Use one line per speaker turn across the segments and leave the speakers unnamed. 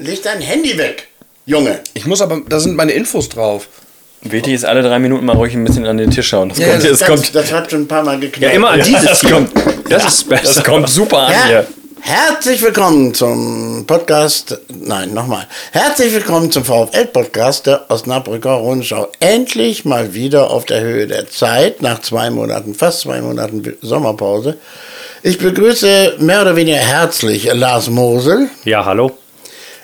Leg dein Handy weg, Junge.
Ich muss aber, da sind meine Infos drauf.
WT ist alle drei Minuten mal ruhig ein bisschen an den Tisch schauen. Das kommt, das,
das,
kommt
das hat schon ein paar Mal
ja,
geknallt.
immer an
Und dieses
Das
hier.
kommt, das ist besser. Das kommt super an
Her
hier.
Herzlich willkommen zum Podcast. Nein, nochmal. Herzlich willkommen zum VfL-Podcast der Osnabrücker Rundschau. Endlich mal wieder auf der Höhe der Zeit nach zwei Monaten, fast zwei Monaten Sommerpause. Ich begrüße mehr oder weniger herzlich Lars Mosel.
Ja, hallo.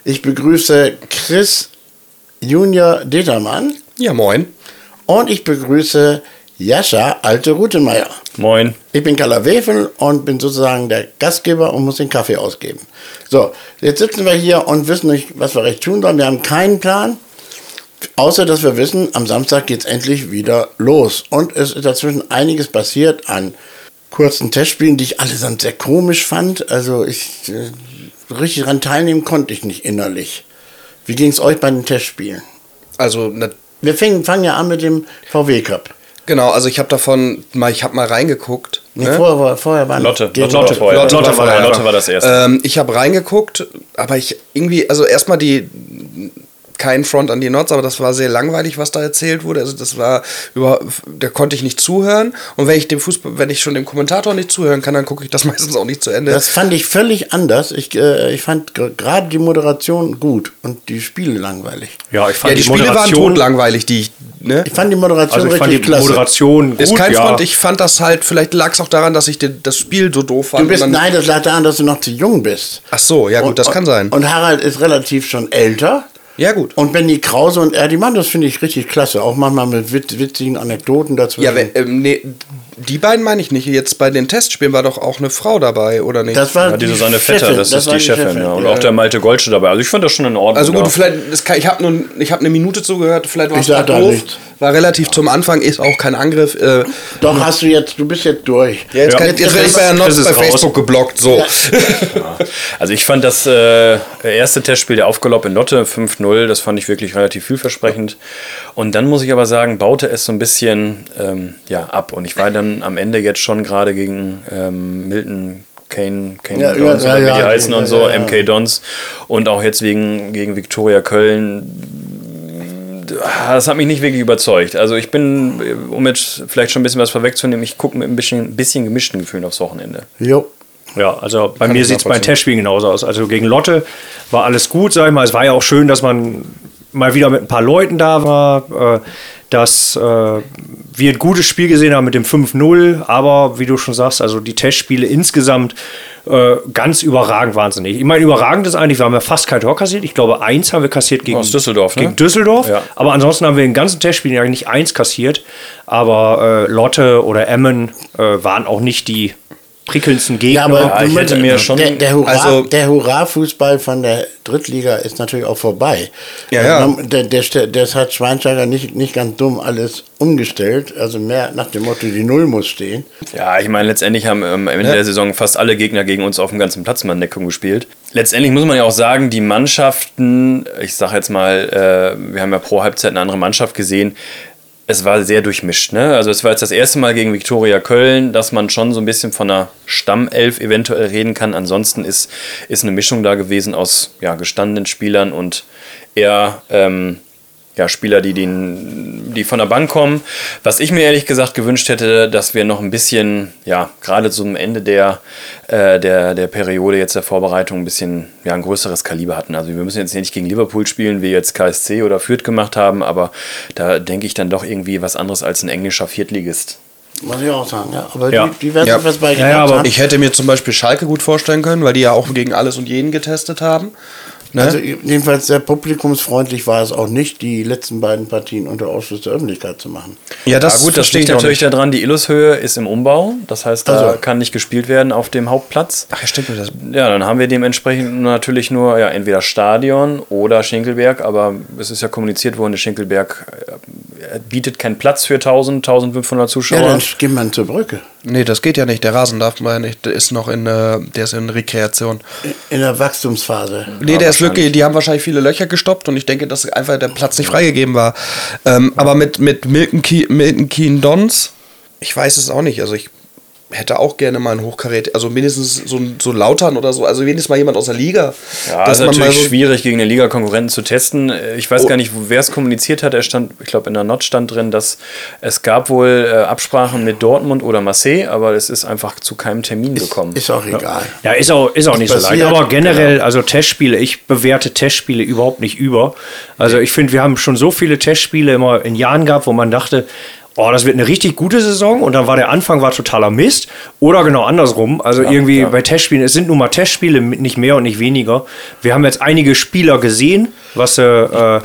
Ich begrüße Chris Junior Determann.
Ja, moin.
Und ich begrüße Jascha Alte Rutemeier.
Moin.
Ich bin Carla Wefel und bin sozusagen der Gastgeber und muss den Kaffee ausgeben. So, jetzt sitzen wir hier und wissen nicht, was wir recht tun sollen. Wir haben keinen Plan, außer dass wir wissen, am Samstag geht es endlich wieder los. Und es ist dazwischen einiges passiert an kurzen Testspielen, die ich allesamt sehr komisch fand. Also ich äh, richtig daran teilnehmen konnte ich nicht innerlich. Wie ging es euch bei den Testspielen?
Also, na,
Wir fingen, fangen ja an mit dem VW Cup.
genau, also ich habe davon mal, ich habe mal reingeguckt.
Nee,
ne?
vorher, war- vorher waren
Lotte,
gegen
Lotte vorher.
Lotte,
Lotte
war vorher,
Lotte
ja.
war das erste.
Ähm, ich habe reingeguckt, aber ich irgendwie, also erstmal die kein Front an die Nots, aber das war sehr langweilig, was da erzählt wurde. Also das war über, da konnte ich nicht zuhören. Und wenn ich dem Fußball, wenn ich schon dem Kommentator nicht zuhören kann, dann gucke ich das meistens auch nicht zu Ende.
Das fand ich völlig anders. Ich, äh, ich fand gr- gerade die Moderation gut und die Spiele langweilig.
Ja, ich fand
ja, die, Spiele waren totlangweilig, die ich. Ne?
Ich fand die Moderation
Also ich fand
richtig
die
klasse.
Moderation gut,
ist kein
ja.
Front. Ich fand das halt, vielleicht lag es auch daran, dass ich den, das Spiel so doof fand.
du bist,
und dann-
nein, das lag daran, dass du noch zu jung bist.
Ach so, ja gut, das
und,
kann sein.
Und Harald ist relativ schon älter.
Ja, gut.
Und Benny Krause und Erdi Mann, das finde ich richtig klasse. Auch manchmal mit wit- witzigen Anekdoten dazu.
Ja, we- ähm, nee, die beiden meine ich nicht. Jetzt bei den Testspielen war doch auch eine Frau dabei, oder nicht?
das war
Ja, die Susanne
Chefin,
Vetter, das, ist
war
die Chefin. ja. Und
Ja.
auch der Malte Goldsche dabei. Also ich fand das schon in Ordnung.
also gut,
ja.
vielleicht, das kann, ich habe nun, ich habe eine Minute zugehört, vielleicht war
genau. Ich
es
sag
grad
da
doof.
nichts.
War relativ zum Anfang, ist auch kein Angriff. Äh,
Doch, hast du jetzt, du bist jetzt durch.
ja, jetzt,
Ja.
Kann, jetzt,
Jetzt
werde
ist-
ich bei Herrn
jetzt
Notz
ist
bei
raus.
Facebook geblockt, so.
Also ich fand das äh, erste Testspiel der Aufgalopp in Lotte 5-0, das fand ich wirklich relativ vielversprechend. Und dann muss ich aber sagen, baute es so ein bisschen ähm, ja, ab. Und ich war dann am Ende jetzt schon gerade gegen ähm, Milton. Kane, Kane
Ja,
Dons,
ja,
oder wie
ja,
die
ja,
heißen
ja,
und so,
ja, ja.
MK Dons. Und auch jetzt wegen, gegen Viktoria Köln Ah, das hat mich nicht wirklich überzeugt. Also ich bin, äh, um jetzt vielleicht schon ein bisschen was vorwegzunehmen, ich gucke mit ein bisschen, bisschen gemischten Gefühlen aufs Wochenende.
Jo.
Ja, also bei
ich
mir sieht es bei
nachvollziehen.
Testspielen genauso aus. Also gegen Lotte war alles gut, sag ich mal. Es war ja auch schön, dass man mal wieder mit ein paar Leuten da war, äh, dass äh, wir ein gutes Spiel gesehen haben mit dem 5-0. Aber wie du schon sagst, also die Testspiele insgesamt äh, ganz überragend wahnsinnig. Ich meine, überragend ist eigentlich, wir haben ja fast kein Tor kassiert. Ich glaube, eins haben wir kassiert gegen
Aus Düsseldorf, ne?
Gegen Düsseldorf.
Ja.
Aber ansonsten haben wir in den ganzen Testspielen ja nicht eins kassiert. Aber äh, Lotte oder Emmen äh, waren auch nicht die prickelndsten Gegner.
Ja, aber
Ja, ich
du-
hätte mir schon-
der, der, Hurra,
also-
der Hurra-Fußball von der Drittliga ist natürlich auch vorbei.
Ja, ja.
Also, Der, der, der, das hat Schweinsteiger nicht, nicht ganz dumm alles umgestellt. Also mehr nach dem Motto, die Null muss stehen.
Ja, ich meine, letztendlich haben ähm, am Ende der Saison fast alle Gegner gegen uns auf dem ganzen Platz mal in Deckung gespielt. Letztendlich muss man ja auch sagen, die Mannschaften, ich sage jetzt mal, äh, wir haben ja pro Halbzeit eine andere Mannschaft gesehen. Es war sehr durchmischt. Ne? Also es war jetzt das erste Mal gegen Viktoria Köln, dass man schon so ein bisschen von einer Stammelf eventuell reden kann. Ansonsten ist, ist eine Mischung da gewesen aus ja, gestandenen Spielern und eher ähm, ja, Spieler, die, den, die von der Bank kommen. Was ich mir ehrlich gesagt gewünscht hätte, dass wir noch ein bisschen, ja, gerade zum Ende der, äh, der, der Periode jetzt der Vorbereitung ein bisschen, ja, ein größeres Kaliber hatten. Also wir müssen jetzt nicht gegen Liverpool spielen, wie jetzt KSC oder Fürth gemacht haben, aber da denke ich dann doch irgendwie was anderes als ein englischer Viertligist.
Muss ich auch sagen. Ja, aber
Ja.
die, die werden
Ja.
sich was bei
Ja, ja, aber
haben.
Ich hätte mir zum Beispiel Schalke gut vorstellen können, weil die ja auch gegen alles und jeden getestet haben. Ne?
Also jedenfalls sehr publikumsfreundlich war es auch nicht, die letzten beiden Partien unter Ausschluss der Öffentlichkeit zu machen.
ja,
Ja gut, das
verstehe
liegt
ich auch
natürlich
nicht.
daran, die Illushöhe ist im Umbau, das heißt, da
Also.
kann nicht gespielt werden auf dem Hauptplatz.
Ach ja, stimmt, das
Ja, dann haben wir dementsprechend natürlich nur ja, entweder Stadion oder Schinkelberg, aber es ist ja kommuniziert worden, der Schinkelberg äh, bietet keinen Platz für 1000, 1500
Ja,
Zuschauer.
dann geht man zur Brücke.
Nee, das geht ja nicht. Der Rasen darf man nicht. Der ist noch in, äh, der ist in Rekreation.
In der Wachstumsphase.
Nee, der ist wirklich, die haben wahrscheinlich viele Löcher gestoppt und ich denke, dass einfach der Platz nicht freigegeben war. Ähm, aber mit, mit Milton, Ke Milton Keen Dons, ich weiß es auch nicht. Also ich hätte auch gerne mal einen Hochkaräter, also mindestens so, ein- so Lautern oder so, also wenigstens mal jemand aus der Liga.
Ja, ist natürlich schwierig, gegen eine Liga-Konkurrenten zu testen. Äh, Ich weiß gar nicht, wer es kommuniziert hat. Er stand, ich glaube, in der Not stand drin, dass es gab wohl äh, Absprachen mit Dortmund oder Marseille, aber es ist einfach zu keinem Termin gekommen.
Ist auch egal.
Ja, ist auch, ist auch nicht so leicht.
passiert, genau.
Aber generell, also Testspiele, ich bewerte Testspiele überhaupt nicht über. Also ich finde, wir haben schon so viele Testspiele immer in Jahren gehabt, wo man dachte, oh, das wird eine richtig gute Saison und dann war der Anfang war totaler Mist. Oder genau andersrum. Also irgendwie bei Testspielen, es sind nun mal Testspiele, mit nicht mehr und nicht weniger. Wir haben jetzt einige Spieler gesehen, was sie, äh,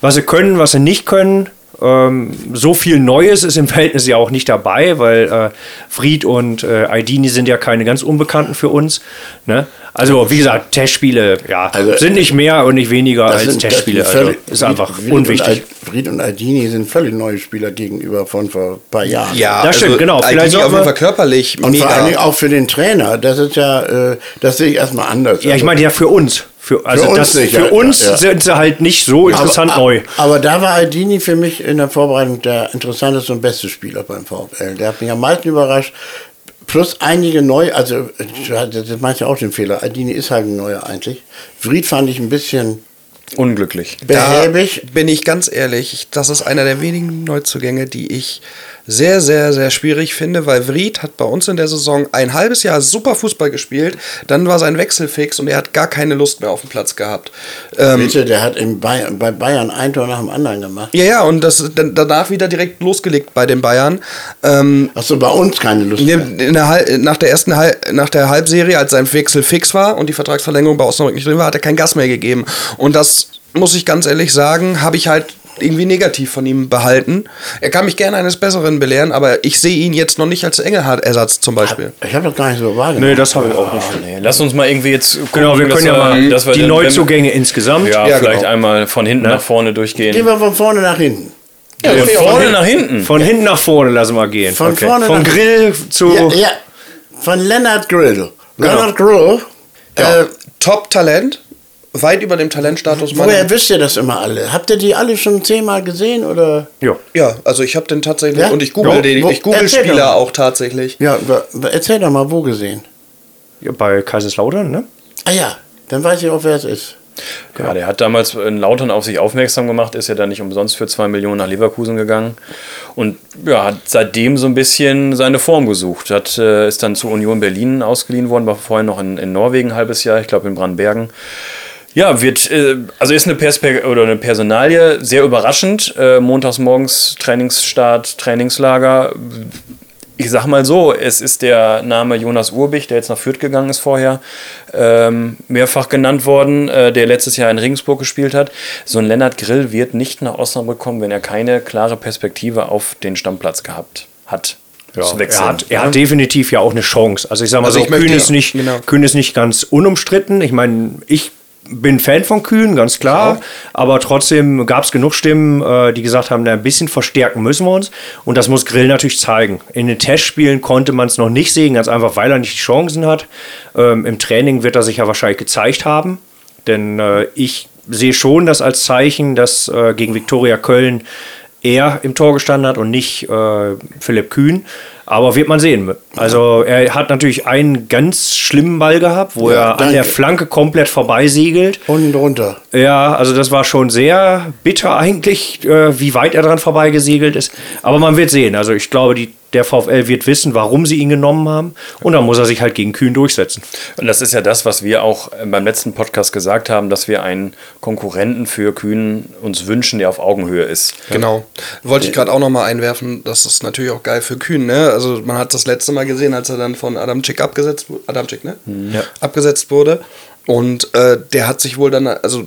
was sie können, was sie nicht können. Ähm, so viel Neues ist im Verhältnis ja auch nicht dabei, weil äh, Fried und äh, Aidini sind ja keine ganz Unbekannten für uns. Ne? Also, wie gesagt, Testspiele ja,
Also,
sind nicht mehr und nicht weniger
Das
als
sind- das
Testspiele.
sind
Also,
völlig-
ist einfach
Fried- Fried
unwichtig.
Und Al- Fried und Aldini sind völlig neue Spieler gegenüber von vor ein paar Jahren.
Ja,
Das stimmt, genau.
Vielleicht
Vielleicht
auf
sollten
jeden
wir-
Fall körperlich
Und vor allen Dingen
mega.
auch für den Trainer, das ist ja, äh, das sehe ich erstmal anders.
Ja, ich
Also-
meine ja für uns. Für, also
uns
das,
sicher,
für uns
ja, ja.
sind sie halt nicht so interessant
aber,
neu.
Aber da war Aldini für mich in der Vorbereitung der interessanteste und beste Spieler beim VfL. Der hat mich am meisten überrascht. Plus einige neu, also äh, das meinst ja auch den Fehler. Aldini ist halt ein neuer eigentlich. Fried fand ich ein bisschen
Unglücklich.
Da
behäbig.
bin ich ganz ehrlich, ich- das ist einer der wenigen Neuzugänge, die ich sehr, sehr, sehr schwierig finde, weil Vried hat bei uns in der Saison ein halbes Jahr super Fußball gespielt, dann war sein Wechsel fix und er hat gar keine Lust mehr auf den Platz gehabt. Ähm,
Bitte, der hat in Bayern, bei Bayern ein Tor nach dem anderen gemacht.
ja, ja, und das dann, danach wieder direkt losgelegt bei den Bayern. Ähm,
Achso, bei uns keine Lust mehr.
In der, Hal- nach der ersten Hal nach der Halbserie, als sein Wechsel fix war und die Vertragsverlängerung bei Osnabrück nicht drin war, hat er kein Gas mehr gegeben. Und das muss ich ganz ehrlich sagen, habe ich halt irgendwie negativ von ihm behalten. Er kann mich gerne eines Besseren belehren, aber ich sehe ihn jetzt noch nicht als Engelhardt-Ersatz zum Beispiel.
Ich habe das gar nicht so wahrgenommen.
Nee, das habe ich auch nicht.
Nee, lass uns mal irgendwie jetzt gucken,
Genau, wir
dass
können ja mal
dass wir
die
dann-
Neuzugänge insgesamt.
Wenn, ja,
Ja,
vielleicht
genau.
einmal von hinten nach vorne durchgehen.
Gehen wir von vorne nach hinten.
von
okay,
vorne nach hinten.
Von hinten nach vorne lassen wir gehen.
Von vorne
Vom
nach- Genau.
Grill zu.
Ja, ja. Von Leonard Grill. Leonard Grill.
Ja.
Äh,
Top-Talent, weit über dem Talentstatus.
woher wisst ihr das immer alle? Habt ihr die alle schon zehnmal gesehen oder?
Ja.
Ja, also ich habe den tatsächlich,
Ja?
und ich google
Ja.
den,
Wo-
ich google
erzähl doch mal.
Spieler auch tatsächlich.
Ja, wa- wa- erzähl doch mal, wo gesehen.
Ja, Bei Kaiserslautern, ne?
Ah ja, dann weiß ich auch, wer es ist.
Ja, der hat damals in Lautern auf sich aufmerksam gemacht, ist ja dann nicht umsonst für zwei Millionen nach Leverkusen gegangen und ja, hat seitdem so ein bisschen seine Form gesucht. Hat, äh, ist dann zu Union Berlin ausgeliehen worden, war vorher noch in, in Norwegen ein halbes Jahr, ich glaube in Brandbergen. Ja, wird, äh, also ist eine, Perspe oder eine Personalie sehr überraschend. Äh, montags morgens Trainingsstart, Trainingslager. Ich sag mal so, es ist der Name Jonas Urbich, der jetzt nach Fürth gegangen ist vorher, ähm, mehrfach genannt worden, äh, der letztes Jahr in Regensburg gespielt hat. So ein Lennart Grill wird nicht nach Osnabrück kommen, wenn er keine klare Perspektive auf den Stammplatz gehabt hat.
Ja,
Zu wechseln.
er, hat, er hat definitiv ja auch eine Chance. Also ich sag mal
Also
so,
ich möchte
Kühn,
ja,
ist nicht,
genau.
Kühn ist nicht ganz unumstritten. Ich meine, ich bin Fan von Kühn, ganz klar. Aber trotzdem gab es genug Stimmen, äh, die gesagt haben, na, ein bisschen verstärken müssen wir uns. Und das muss Grill natürlich zeigen. In den Testspielen konnte man es noch nicht sehen, ganz einfach, weil er nicht die Chancen hat. Ähm, Im Training wird er sich ja wahrscheinlich gezeigt haben. Denn äh, ich sehe schon das als Zeichen, dass äh, gegen Viktoria Köln er im Tor gestanden hat und nicht äh, Philipp Kühn. Aber wird man sehen. Also er hat natürlich einen ganz schlimmen Ball gehabt, wo
Ja,
er an der
danke.
Flanke komplett vorbeisegelt.
Unten drunter.
Ja, also das war schon sehr bitter eigentlich, äh, wie weit er dran vorbeigesegelt ist. Aber man wird sehen. Also ich glaube, die, der VfL wird wissen, warum sie ihn genommen haben. Und dann muss er sich halt gegen Kühn durchsetzen.
Und das ist ja das, was wir auch äh, beim letzten Podcast gesagt haben, dass wir einen Konkurrenten für Kühn uns wünschen, der auf Augenhöhe ist.
Genau. Wollte ich gerade auch nochmal einwerfen, das ist natürlich auch geil für Kühn, ne? Also man hat das letzte Mal gesehen, als er dann von Adamczyk abgesetzt wurde. Adamczyk, ne?
Mhm. Ja.
Abgesetzt wurde. Und äh, der hat sich wohl dann, also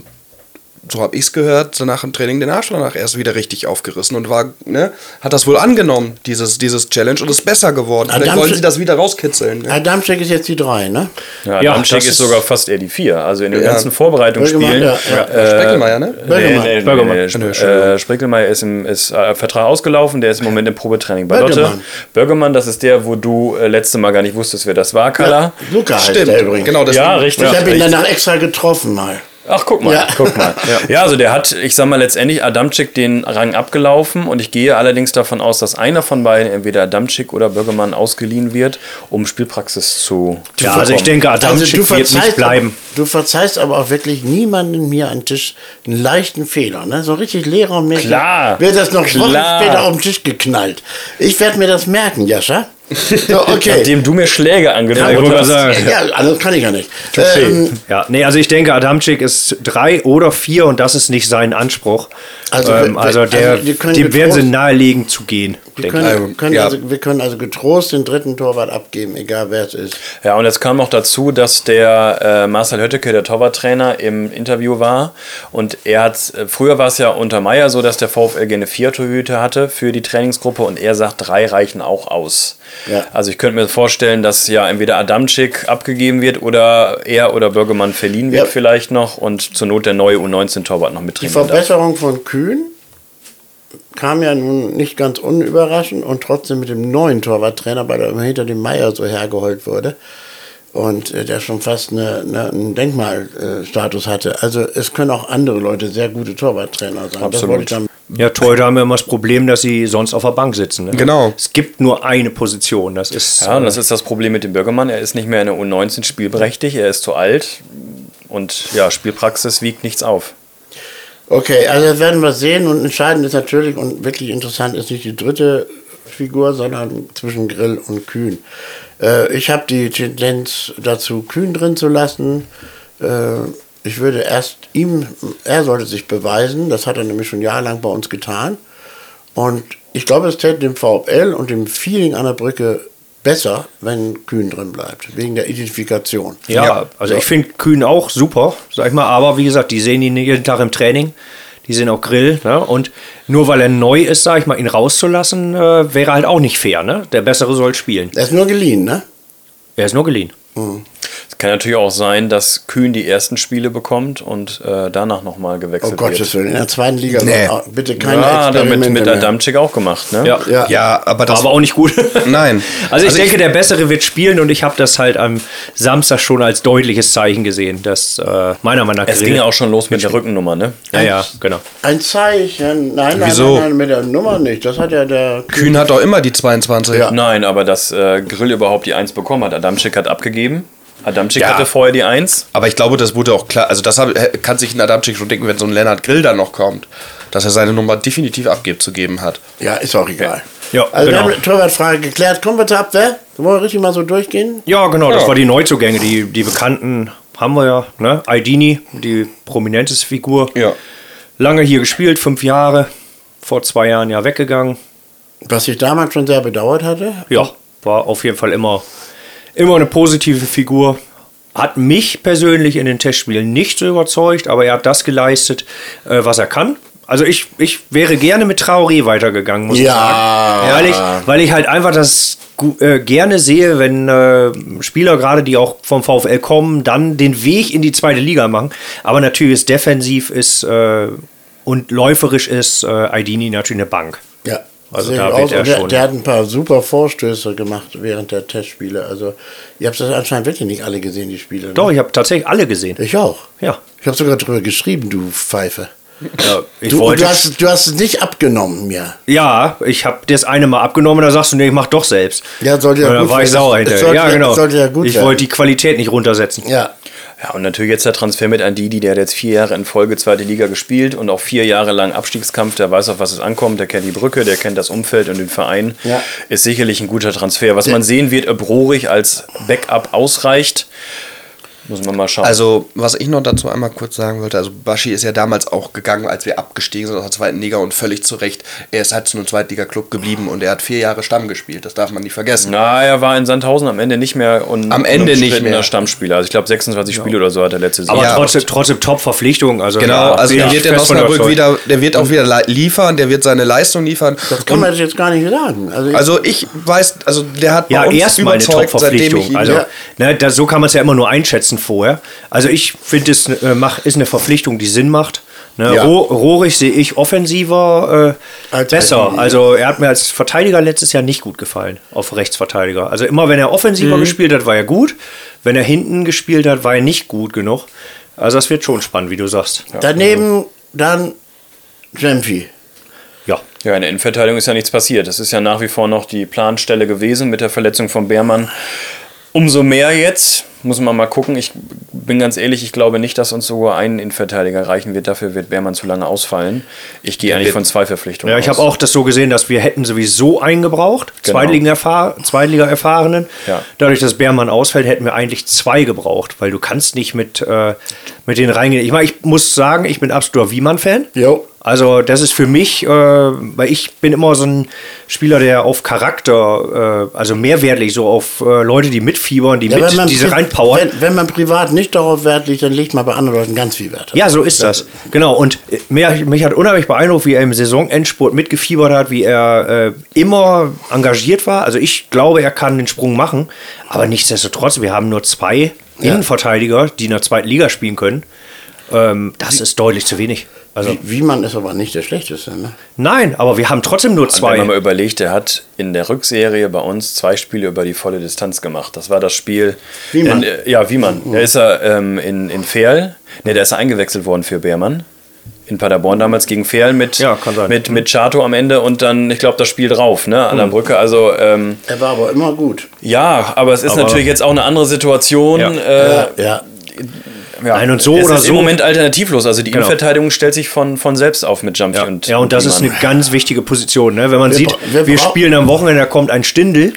so habe ich es gehört, nach dem Training den Arsch danach erst wieder richtig aufgerissen und war, ne, hat das wohl angenommen, dieses, dieses Challenge und ist besser geworden. Vielleicht
Adamczyk-
wollen sie das wieder rauskitzeln.
Äh,
Ne?
Adamczyk ist jetzt die drei, ne?
Ja,
Ja,
ja Amschek
das
ist
ist-
sogar fast eher die vier. Also in den
Ja.
ganzen Vorbereitungsspielen. äh,
Bürgermeier, ja,
Speckelmeier, ne?
Bürgermeier.
Nee, nee, nee,
Bürgermeier.
nee,
Entschuldigung.
nee. Äh, Spreckelmeier ist im ist, äh, Vertrag ausgelaufen, der ist im Moment im Probetraining bei Lotte.
Bürgermann.
Bürgermann, das ist der, wo du äh, letzte Mal gar nicht wusstest, wer das war, Kalla.
Luca heißt der übrigens.
Genau, deswegen-
Ja, richtig.
Ich habe ihn
Ja,
danach extra getroffen mal.
Ach, guck mal,
Ja.
guck mal. Ja. also der hat, ich sag mal, letztendlich Adamczyk den Rang abgelaufen und ich gehe allerdings davon aus, dass einer von beiden, entweder Adamczyk oder Bürgermann, ausgeliehen wird, um Spielpraxis zu zu
Ja, also ich
bekommen.
denke, Adamczyk wird nicht bleiben.
du verzeihst aber auch wirklich niemandem hier an den Tisch einen leichten Fehler. Ne? So richtig lehrermäßig
Klar,
wird das noch Wochen
klar.
später auf den Tisch geknallt. Ich werde mir das merken, Jascha. So, okay.
Nachdem du mir Schläge
Ja, ich
angedroht
wollte
hast.
gerade sagen.
ja, anders kann ich ja nicht.
Ähm, ja, nee, also ich denke, Adamczyk ist drei oder vier und das ist nicht sein Anspruch.
Also,
Also, ähm,
wir-
also,
also
der,
wir können
dem werden sie
getrost-
nahelegen zu gehen.
wir,
Denke. ich.
können,
ich.
können
Ja.
also, wir können also getrost den dritten Torwart abgeben, egal wer es ist.
Ja, und jetzt kam noch dazu, dass der äh, Marcel Hötteke, der Torwarttrainer, im Interview war. Und er hat, äh, früher war es ja unter Meier so, dass der VfL gerne vier Torhüter hatte für die Trainingsgruppe und er sagt, drei reichen auch aus.
Ja.
Also ich könnte mir vorstellen, dass ja entweder Adamczyk abgegeben wird oder er oder Bürgermann verliehen wird
Ja.
vielleicht noch und zur Not der neue U19-Torwart noch
Die
mittrainieren darf.
Verbesserung von Kühn kam ja nun nicht ganz unüberraschend und trotzdem mit dem neuen Torwarttrainer, weil er immer hinter dem Meier so hergeholt wurde und äh, der schon fast eine, eine, einen Denkmalstatus hatte. Also es können auch andere Leute sehr gute Torwarttrainer sein. Das
Absolut.
wollte ich damit
Ja, Torhüter haben ja immer das Problem, dass sie sonst auf der Bank sitzen. Ne?
Genau.
Es gibt nur eine Position. Das ist.
ne.
Ja, und das ist das Problem mit dem Bürgermann. Er ist nicht mehr in der U19 spielberechtigt, er ist zu alt und ja, Spielpraxis wiegt nichts auf.
Okay, also das werden wir sehen und entscheidend ist natürlich und wirklich interessant ist nicht die dritte Figur, sondern zwischen Grill und Kühn. Äh, ich habe die Tendenz dazu, Kühn drin zu lassen. Äh, ich würde erst ihm, er sollte sich beweisen, das hat er nämlich schon jahrelang bei uns getan. Und ich glaube, es täte dem VfL und dem Feeling an der Brücke besser, wenn Kühn drin bleibt, wegen der Identifikation.
Ja,
Ja.
also ich finde Kühn auch super, sag ich mal. Aber wie gesagt, die sehen ihn jeden Tag im Training. Die sehen auch Grill. Ne? Und nur weil er neu ist, sag ich mal, ihn rauszulassen, äh, wäre halt auch nicht fair. Ne? Der Bessere soll spielen.
Er ist nur geliehen, ne?
Er ist nur geliehen.
Es kann natürlich auch sein, dass Kühn die ersten Spiele bekommt und äh, danach nochmal
Oh
gewechselt wird.
Gottes Willen, in der zweiten Liga
Nee.
soll- bitte keine
Ja, damit
Experimente
mit
mehr.
Adamczyk auch gemacht, ne?
Ja.
Ja.
Ja, aber
War
das
aber auch nicht gut.
Nein.
Also ich
Also
denke, der Bessere wird spielen und ich habe das halt am Samstag schon als deutliches Zeichen gesehen, dass äh, meiner Meinung nach
Es ging ja auch schon los mit der Rückennummer, ne?
Ja, ja, genau.
Ein Zeichen. Nein, nein,
Wieso?
nein, nein, mit der Nummer nicht. Das hat ja der.
Kühn hat doch immer die 22.
Ja.
Nein, aber dass äh, Grill überhaupt die 1 bekommen hat. Adamczyk hat abgegeben. Adamczyk
Ja.
hatte vorher die 1.
Aber ich glaube, das wurde auch klar. Also, das hab, kann sich ein Adamczyk schon denken, wenn so ein Lennart Grill dann noch kommt, dass er seine Nummer definitiv abgibt zu geben hat.
Ja, ist auch egal.
Ja,
also wir
genau.
haben die Torwartfrage geklärt. Kommen wir zur Abwehr. Wollen wir richtig mal so durchgehen?
Ja, genau, das
Ja.
war die Neuzugänge, die, die bekannten haben wir ja, ne? Aidini, die prominenteste Figur.
Ja.
Lange hier gespielt, fünf Jahre, vor zwei Jahren ja weggegangen.
Was ich damals schon sehr bedauert hatte.
Ja, war auf jeden Fall immer, immer eine positive Figur. Hat mich persönlich in den Testspielen nicht so überzeugt, aber er hat das geleistet, äh, was er kann. Also ich, ich wäre gerne mit Traoré weitergegangen, muss ich sagen. Weil ich, weil ich halt einfach das gu- äh, gerne sehe, wenn äh, Spieler gerade, die auch vom VfL kommen, dann den Weg in die zweite Liga machen. Aber natürlich ist defensiv ist äh, und läuferisch ist äh, Aidini natürlich eine Bank.
Ja.
Also
Sehr
da
gut aus.
wird er
Und der,
schon-
der hat ein paar super Vorstöße gemacht während der Testspiele. Also, ihr habt das anscheinend wirklich nicht alle gesehen, die Spiele. ne?
Doch, ich habe tatsächlich alle gesehen.
Ich auch.
Ja.
Ich habe sogar drüber geschrieben, du Pfeife.
Ja, ich
Du,
wollte.
du, hast, du hast es nicht abgenommen mir.
ja, ich habe das eine mal abgenommen, da sagst du, nee, ich mach doch selbst.
Ja, sollte ja
Und
gut
dann war ich
werden.
sauer
Es
hinterher.
sollte-
ja,
es
genau.
sollte ja gut
ich
werden.
wollte die Qualität nicht runtersetzen.
Ja.
Ja, und natürlich jetzt der Transfer mit Andidi, der hat jetzt vier Jahre in Folge zweite Liga gespielt und auch vier Jahre lang Abstiegskampf, der weiß, auf was es ankommt, der kennt die Brücke, der kennt das Umfeld und den Verein.
Ja.
Ist sicherlich ein guter Transfer. Was man sehen wird, ob Rohrig als Backup ausreicht, muss man mal schauen.
Also, was ich noch dazu einmal kurz sagen wollte, also Baschi ist ja damals auch gegangen, als wir abgestiegen sind aus der zweiten Liga und völlig zu Recht, er ist halt zu einem Zweitliga-Club geblieben und er hat vier Jahre Stamm gespielt, das darf man nicht vergessen.
Na, er war in Sandhausen am Ende nicht mehr und
Am Ende nicht mehr.
Stammspieler. Also ich glaube 26 Spiele oder so hat er letzte Saison.
Also,
Aber
Ja.
trotzdem, trotzdem Top-Verpflichtung. Also,
Genau,
ja,
also
bin
der
ich
wird der
fest von
Osnabrück
überzeugt.
wieder, der wird auch wieder le- liefern, der wird seine Leistung liefern.
Das kann man jetzt gar nicht sagen. Also, ich-
Also ich weiß, also der hat
Ja, erstmal eine
seitdem ich
Top-Verpflichtung.
ihn
Also,
Ja.
ne, da, so kann man es ja immer nur einschätzen vorher. Also, ich finde, es äh, mach- ist eine Verpflichtung, die Sinn macht. Ne,
Ja.
Roh- Rohrig sehe ich offensiver äh,
Als
besser.
Verteidiger.
Also, er hat mir als Verteidiger letztes Jahr nicht gut gefallen, auf Rechtsverteidiger.
Mhm.
Also, immer wenn er offensiver gespielt hat, war er gut. Wenn er hinten gespielt hat, war er nicht gut genug. Also das wird schon spannend, wie du sagst.
Daneben dann Jamfi.
Ja.
Ja, in der Innenverteidigung ist ja nichts passiert. Es ist ja nach wie vor noch die Planstelle gewesen mit der Verletzung von Beermann. Umso mehr jetzt, muss man mal gucken. Ich bin ganz ehrlich, ich glaube nicht, dass uns sogar ein Innenverteidiger reichen wird. Dafür wird Beermann zu lange ausfallen. Ich gehe eigentlich von zwei Verpflichtungen
Ja, ich
aus.
habe auch das so gesehen, dass wir hätten sowieso einen gebraucht,
Genau.
Zweitliga-Erfahrenen. Zweitliga
Ja.
Dadurch, dass Bärmann ausfällt, hätten wir eigentlich zwei gebraucht, weil du kannst nicht mit, äh, mit denen reingehen. Ich meine, ich muss sagen, ich bin absoluter Wiemann-Fan.
Jo.
Also das ist für mich, äh, weil ich bin immer so ein Spieler, der auf Charakter, äh, also mehrwertlich so auf äh, Leute, die mitfiebern, die
Ja,
mit diese
pri-
reinpowern.
Wenn, wenn man privat nicht darauf Wert legt, dann legt man bei anderen Leuten ganz viel Wert.
Ja, so ist das. Genau. Und äh, mir- mich hat unheimlich beeindruckt, wie er im Saisonendspurt mitgefiebert hat, wie er äh, immer engagiert war. Also ich glaube, er kann den Sprung machen. Aber nichtsdestotrotz, wir haben nur zwei Innenverteidiger, die in der zweiten Liga spielen können. Ähm, das ist deutlich zu wenig. Also
Wie, wie man ist aber nicht der Schlechteste. Ne?
nein, aber wir haben trotzdem nur
Und Wenn man
zwei.
mal überlegt, er hat in der Rückserie bei uns zwei Spiele über die volle Distanz gemacht. Das war das Spiel.
Wiemann.
In, äh, ja, Wiemann.
Mhm.
Da ist er ähm, in, in Ferl. Ne, da ist er eingewechselt worden für Beermann. In Paderborn damals gegen Ferl mit,
Ja, kann sein.
mit, mit Chato am Ende und dann, ich glaube, das Spiel drauf, ne?
Mhm.
An der Brücke. Also, ähm,
Er war aber immer gut.
ja, aber es ist
Aber-
natürlich jetzt auch eine andere Situation.
Ja.
Äh,
Ja.
ja.
Nein, und so
es
oder
ist
so- Genau.
im Moment alternativlos. Also die Innenverteidigung stellt sich von, von selbst auf mit Jumpy
Ja,
und
ja, und das ist eine ganz wichtige Position. Ne? Wenn man
Wir
sieht,
bra- wir
wir
brauchen-
spielen am Wochenende, da kommt ein Stindel.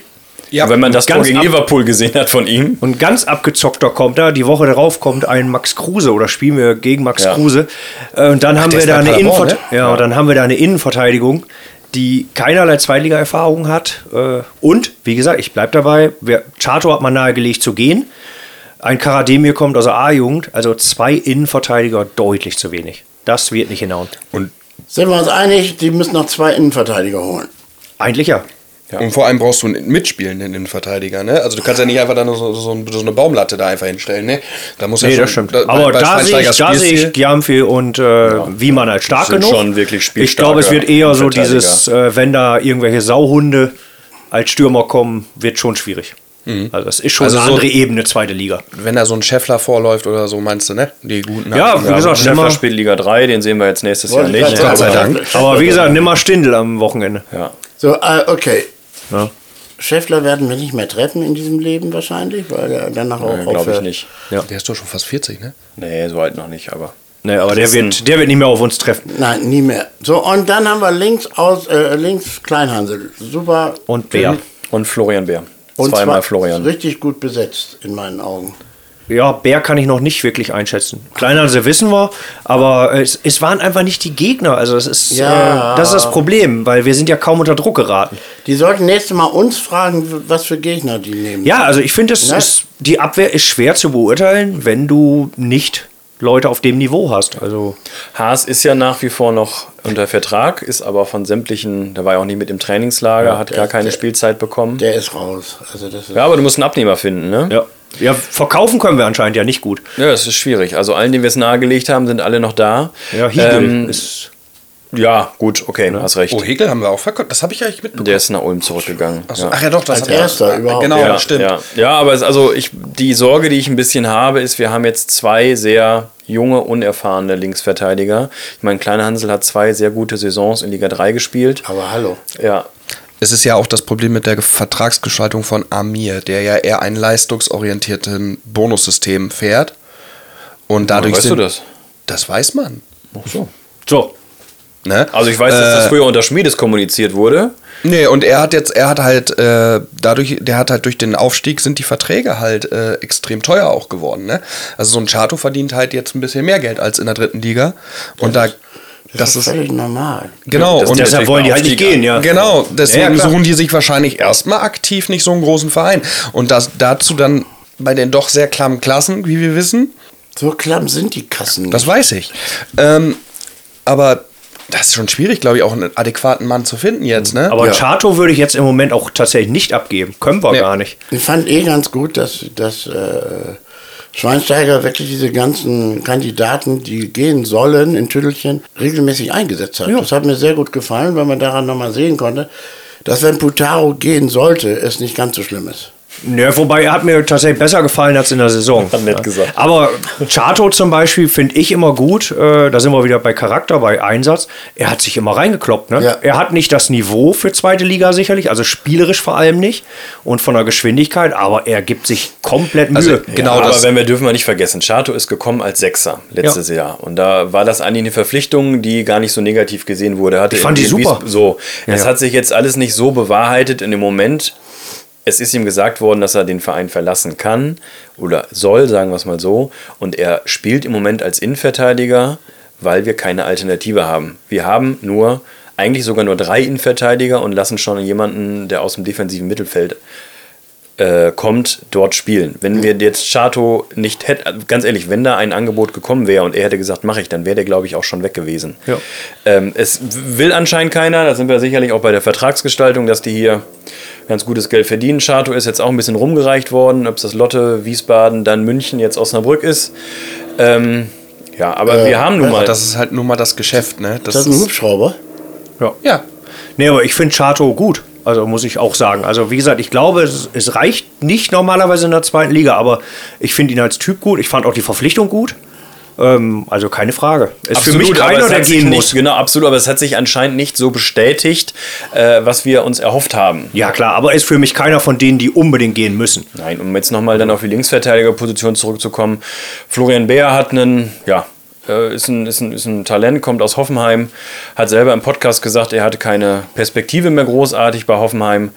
Ja,
Wenn man das Tor
ganz
gegen
ab-
Liverpool gesehen hat von ihm.
Und ganz abgezockter kommt da, die Woche darauf kommt ein Max Kruse oder spielen wir gegen Max
Ja.
Kruse. Äh, Und dann haben
der
wir
ist
da
bei
eine
Paderborn, ne?
Innenvert- ja, und dann haben wir da eine Innenverteidigung, die keinerlei Zweitliga-Erfahrung hat. Äh, Und, wie gesagt, ich bleibe dabei, wer, Chato hat man nahegelegt zu gehen. Ein Karademir kommt aus der A-Jugend, also zwei Innenverteidiger deutlich zu wenig. Das wird nicht hinhauen.
und,
Sind wir uns einig, die müssen noch zwei Innenverteidiger holen.
Eigentlich ja.
und vor allem brauchst du einen mitspielenden Innenverteidiger, ne? Also du kannst ja nicht einfach da nur so, so, so eine Baumlatte da einfach hinstellen, ne? Da muss ja
Nee,
schon,
das stimmt.
Da,
Aber
bei- bei
da sehe ich,
Schweinsteigers
da sehe ich
Spielstil-
Giamfi und äh, Wiemann als stark
Sind
genug.
schon wirklich
ich glaube, es
spielstarke
wird eher so
Verteidiger.
dieses, äh, wenn da irgendwelche Sauhunde als Stürmer kommen, wird schon schwierig. Also das ist schon
Also
eine
so-
andere Ebene, zweite Liga.
wenn da so ein Scheffler vorläuft oder so, meinst du, ne? Die guten
Ja,
alten-
wie gesagt,
Schäffler
nimmer-
spielt Liga 3, den sehen wir jetzt nächstes Jahr
Wollte ich
nicht.
gerade
Gott sei
sagen.
Dank.
Aber wie gesagt, nimm mal Stindel am Wochenende. ne?
Ja.
So, äh, okay.
Ja.
Schäffler werden wir nicht mehr treffen in diesem Leben wahrscheinlich, weil er danach auch
Glaube Äh, ich
aufhört.
nicht.
Der ist doch schon fast 40, ne?
Nee, so alt noch nicht, aber.
Nee, aber der wird, der wird nicht mehr auf uns treffen.
Nein, nie mehr. So, und dann haben wir links aus, äh, links Kleinhansel. Super.
Und Bär.
Und Florian Bär.
Und
Zweimal
zwar
Florian.
Richtig gut besetzt, in meinen Augen.
Ja, Bär kann ich noch nicht wirklich einschätzen. Kleinhanse wissen wir, aber es, es waren einfach nicht die Gegner. Also das ist,
Ja.
äh, das ist das Problem, weil wir sind ja kaum unter Druck geraten.
Die sollten nächstes Mal uns fragen, was für Gegner die nehmen.
Ja, also ich finde, es
Ne?
ist- die Abwehr ist schwer zu beurteilen, wenn du nicht Leute auf dem Niveau hast. Also
Haas ist ja nach wie vor noch unter Vertrag, ist aber von sämtlichen, da war ja auch nicht mit im Trainingslager, hat gar keine Spielzeit bekommen.
Der ist raus. Also das ist
ja, aber du musst einen Abnehmer finden, ne?
ja. ja, verkaufen können wir anscheinend ja nicht gut.
Ja, das ist schwierig. Also allen, denen wir es nahegelegt haben, sind alle noch da.
Ja, Hiegel
Ähm,
ist Ne?
ja gut, okay, hast recht.
Oh, Hegel haben wir auch verkauft. Das habe ich eigentlich mitbekommen.
Der ist nach Ulm zurückgegangen.
Ach, so. Ach ja, doch,
Als
das hat er-
erster überhaupt.
Genau,
ja,
stimmt.
Ja, ja aber es, also ich, die Sorge, die ich ein bisschen habe, ist, wir haben jetzt zwei sehr junge, unerfahrene Linksverteidiger. Ich meine, Kleiner Hansel hat zwei sehr gute Saisons in Liga 3 gespielt.
aber hallo.
Ja,
Es ist ja auch das Problem mit der Ge- Vertragsgestaltung von Amir, der ja eher ein leistungsorientierten Bonussystem fährt. Und dadurch
weißt
sind,
du das?
Das weiß man.
so.
Ne?
Also ich weiß, dass das früher unter Schmiedes kommuniziert wurde.
Nee, und er hat jetzt, er hat halt äh, dadurch, der hat halt durch den Aufstieg sind die Verträge halt äh, extrem teuer auch geworden. Ne? Also so ein Chato verdient halt jetzt ein bisschen mehr Geld als in der dritten Liga. Und da, das, ist
völlig normal.
genau.
das-
und
das-
Deshalb wollen die halt nicht gehen, ja.
Genau, deswegen
klar.
suchen die sich wahrscheinlich erstmal aktiv nicht so einen großen Verein. Und das dazu dann bei den doch sehr klammen Klassen, wie wir wissen,
So klamm sind die Kassen.
das weiß ich. Ähm, aber das ist schon schwierig, glaube ich, auch einen adäquaten Mann zu finden jetzt, ne?
Aber Chato würde ich jetzt im Moment auch tatsächlich nicht abgeben. Können wir
Nee.
gar nicht.
Ich fand eh ganz gut, dass, dass äh, Schweinsteiger wirklich diese ganzen Kandidaten, die gehen sollen in Tüdelchen, regelmäßig eingesetzt hat. Das hat mir sehr gut gefallen, weil man daran nochmal sehen konnte, dass wenn Putaro gehen sollte, es nicht ganz so schlimm ist.
Ja, wobei er hat mir tatsächlich besser gefallen als in der Saison.
Hat nett gesagt.
Aber Chato zum Beispiel finde ich immer gut. Äh, da sind wir wieder bei Charakter, bei Einsatz. Er hat sich immer reingekloppt. Ne?
Ja.
Er hat nicht das Niveau für zweite Liga sicherlich, also spielerisch vor allem nicht und von der Geschwindigkeit, aber er gibt sich komplett Mühe.
Also, genau
aber
das.
wenn wir dürfen wir nicht vergessen, Chato ist gekommen als Sechser letztes Jahr. Und da war das eigentlich eine Verpflichtung, die gar nicht so negativ gesehen wurde. Hatte
Ich fand die
in Wies-
super.
So,
Ja,
es
ja.
hat sich jetzt alles nicht so bewahrheitet in dem Moment. Es ist ihm gesagt worden, dass er den Verein verlassen kann oder soll, sagen wir es mal so. Und er spielt im Moment als Innenverteidiger, weil wir keine Alternative haben. Wir haben nur, eigentlich sogar nur drei Innenverteidiger und lassen schon jemanden, der aus dem defensiven Mittelfeld äh, kommt, dort spielen. Wenn wir jetzt Chato nicht hätten, ganz ehrlich, wenn da ein Angebot gekommen wäre und er hätte gesagt, mache ich, dann wäre der, glaube ich, auch schon weg gewesen.
Ja.
Ähm, es will anscheinend keiner, da sind wir sicherlich auch bei der Vertragsgestaltung, dass die hier ganz gutes Geld verdienen. Chato ist jetzt auch ein bisschen rumgereicht worden, ob es das Lotte, Wiesbaden, dann München, jetzt Osnabrück ist. Ähm, ja, aber wir haben nun mal.
Das ist halt nur mal das Geschäft, ne?
Das ist ein Hubschrauber.
ja.
Nee, aber ich finde Chato gut. Also muss ich auch sagen. Also wie gesagt, ich glaube, es, es reicht nicht normalerweise in der zweiten Liga, aber ich finde ihn als Typ gut. Ich fand auch die Verpflichtung gut. Ähm, also keine Frage. Ist
Absolut,
für mich
aber
keiner,
es
der
hat sich
gehen
nicht,
muss.
Genau, absolut, aber es hat sich anscheinend nicht so bestätigt, äh, was wir uns erhofft haben.
Ja klar, aber ist für mich keiner von denen, die unbedingt gehen müssen.
Nein, um jetzt nochmal dann auf die Linksverteidigerposition zurückzukommen. Florian Beer hat einen, ja, äh, ist ein, ist, ein, ist ein Talent, kommt aus Hoffenheim, hat selber im Podcast gesagt, er hatte keine Perspektive mehr großartig bei Hoffenheim.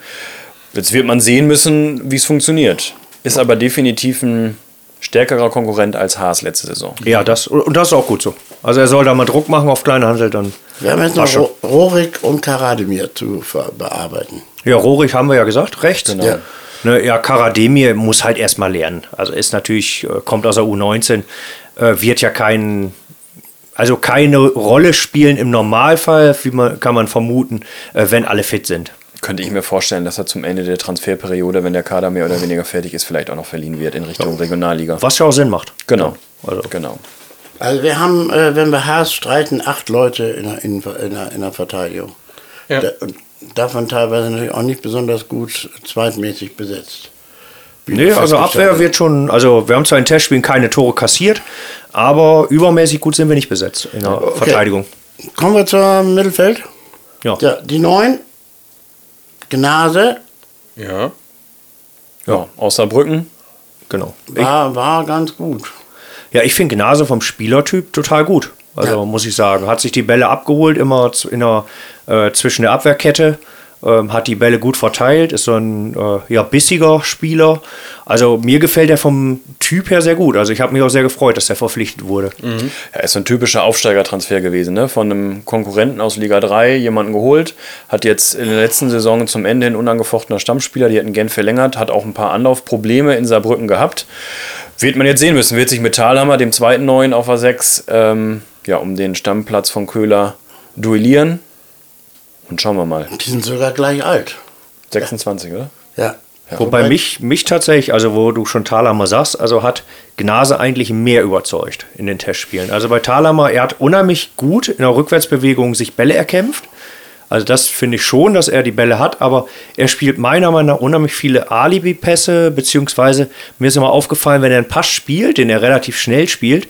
Jetzt wird man sehen müssen, wie es funktioniert. Ist aber definitiv ein stärkerer Konkurrent als Haas letzte Saison.
Ja, das und das ist auch gut so. Also er soll da mal Druck machen auf kleine Handel dann.
Wir haben jetzt noch
Asche.
Ro- Rohrig und Karademir zu ver- bearbeiten.
Ja, Rohrig haben wir ja gesagt, rechts. Genau.
Ja.
Ne, ja, Karademir muss halt erstmal lernen. Also ist natürlich, äh, kommt aus der U19, äh, wird ja kein, also keine Rolle spielen im Normalfall, wie man, kann man vermuten, äh, wenn alle fit sind.
Könnte ich mir vorstellen, dass er zum Ende der Transferperiode, wenn der Kader mehr oder weniger fertig ist, vielleicht auch noch verliehen wird in Richtung Regionalliga.
Was ja auch Sinn macht.
Genau.
Also.
genau.
Also wir haben, äh, wenn wir Haas streiten, acht Leute in der, in, in der, in der Verteidigung.
Ja.
Da, und davon teilweise natürlich auch nicht besonders gut zweitmäßig besetzt. Wie
Nee,
wir
also
festgestellt
Abwehr wird schon, also wir haben zwar in Testspielen keine Tore kassiert, aber übermäßig gut sind wir nicht besetzt in der Verteidigung.
haben. Kommen wir zum Mittelfeld.
Ja.
Ja, die neun. Gnase
Ja.
Ja, Osnabrücken.
genau. Ich,
war, war ganz gut.
ja, ich finde Gnase vom Spielertyp total gut. Also
Ja.
muss ich sagen, hat sich die Bälle abgeholt, immer z- in der, äh, zwischen der Abwehrkette, ähm, hat die Bälle gut verteilt, ist so ein äh, ja, bissiger Spieler. Also mir gefällt er vom Typ her sehr gut. Also ich habe mich auch sehr gefreut, dass er verpflichtet wurde.
Ja, ist so ein typischer Aufsteigertransfer gewesen, ne? Von einem Konkurrenten aus Liga 3 jemanden geholt, hat jetzt in der letzten Saison zum Ende hin unangefochtener Stammspieler, die hatten Genf verlängert, hat auch ein paar Anlaufprobleme in Saarbrücken gehabt. Wird man jetzt sehen müssen, wird sich mit Thalhammer, dem zweiten Neuen auf A6, ähm, ja, um den Stammplatz von Köhler duellieren. Und schauen wir mal.
Die sind sogar gleich alt.
26, oder?
Ja.
Wobei mich, mich tatsächlich, also wo du schon Thalhammer sagst, also hat Gnase eigentlich mehr überzeugt in den Testspielen. Also bei Thalhammer, er hat unheimlich gut in der Rückwärtsbewegung sich Bälle erkämpft. Also das finde ich schon, dass er die Bälle hat, aber er spielt meiner Meinung nach unheimlich viele Alibi-Pässe, beziehungsweise mir ist immer aufgefallen, wenn er einen Pass spielt, den er relativ schnell spielt,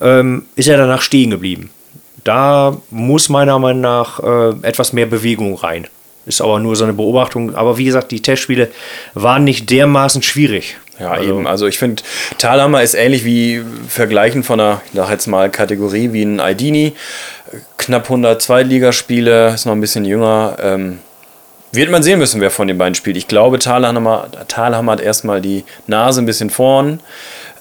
ähm, ist er danach stehen geblieben. Da muss meiner Meinung nach äh, etwas mehr Bewegung rein. Ist aber nur so eine Beobachtung. Aber wie gesagt, die Testspiele waren nicht dermaßen schwierig.
Ja, eben. Also ich finde, Thalhammer ist ähnlich wie vergleichen von einer, ich sag jetzt mal, Kategorie wie ein Aldini. Knapp 100 Zweitligaspiele, ist noch ein bisschen jünger. Ähm, wird man sehen müssen, wer von den beiden spielt. Ich glaube, Thalhammer, Thalhammer hat erstmal die Nase ein bisschen vorn.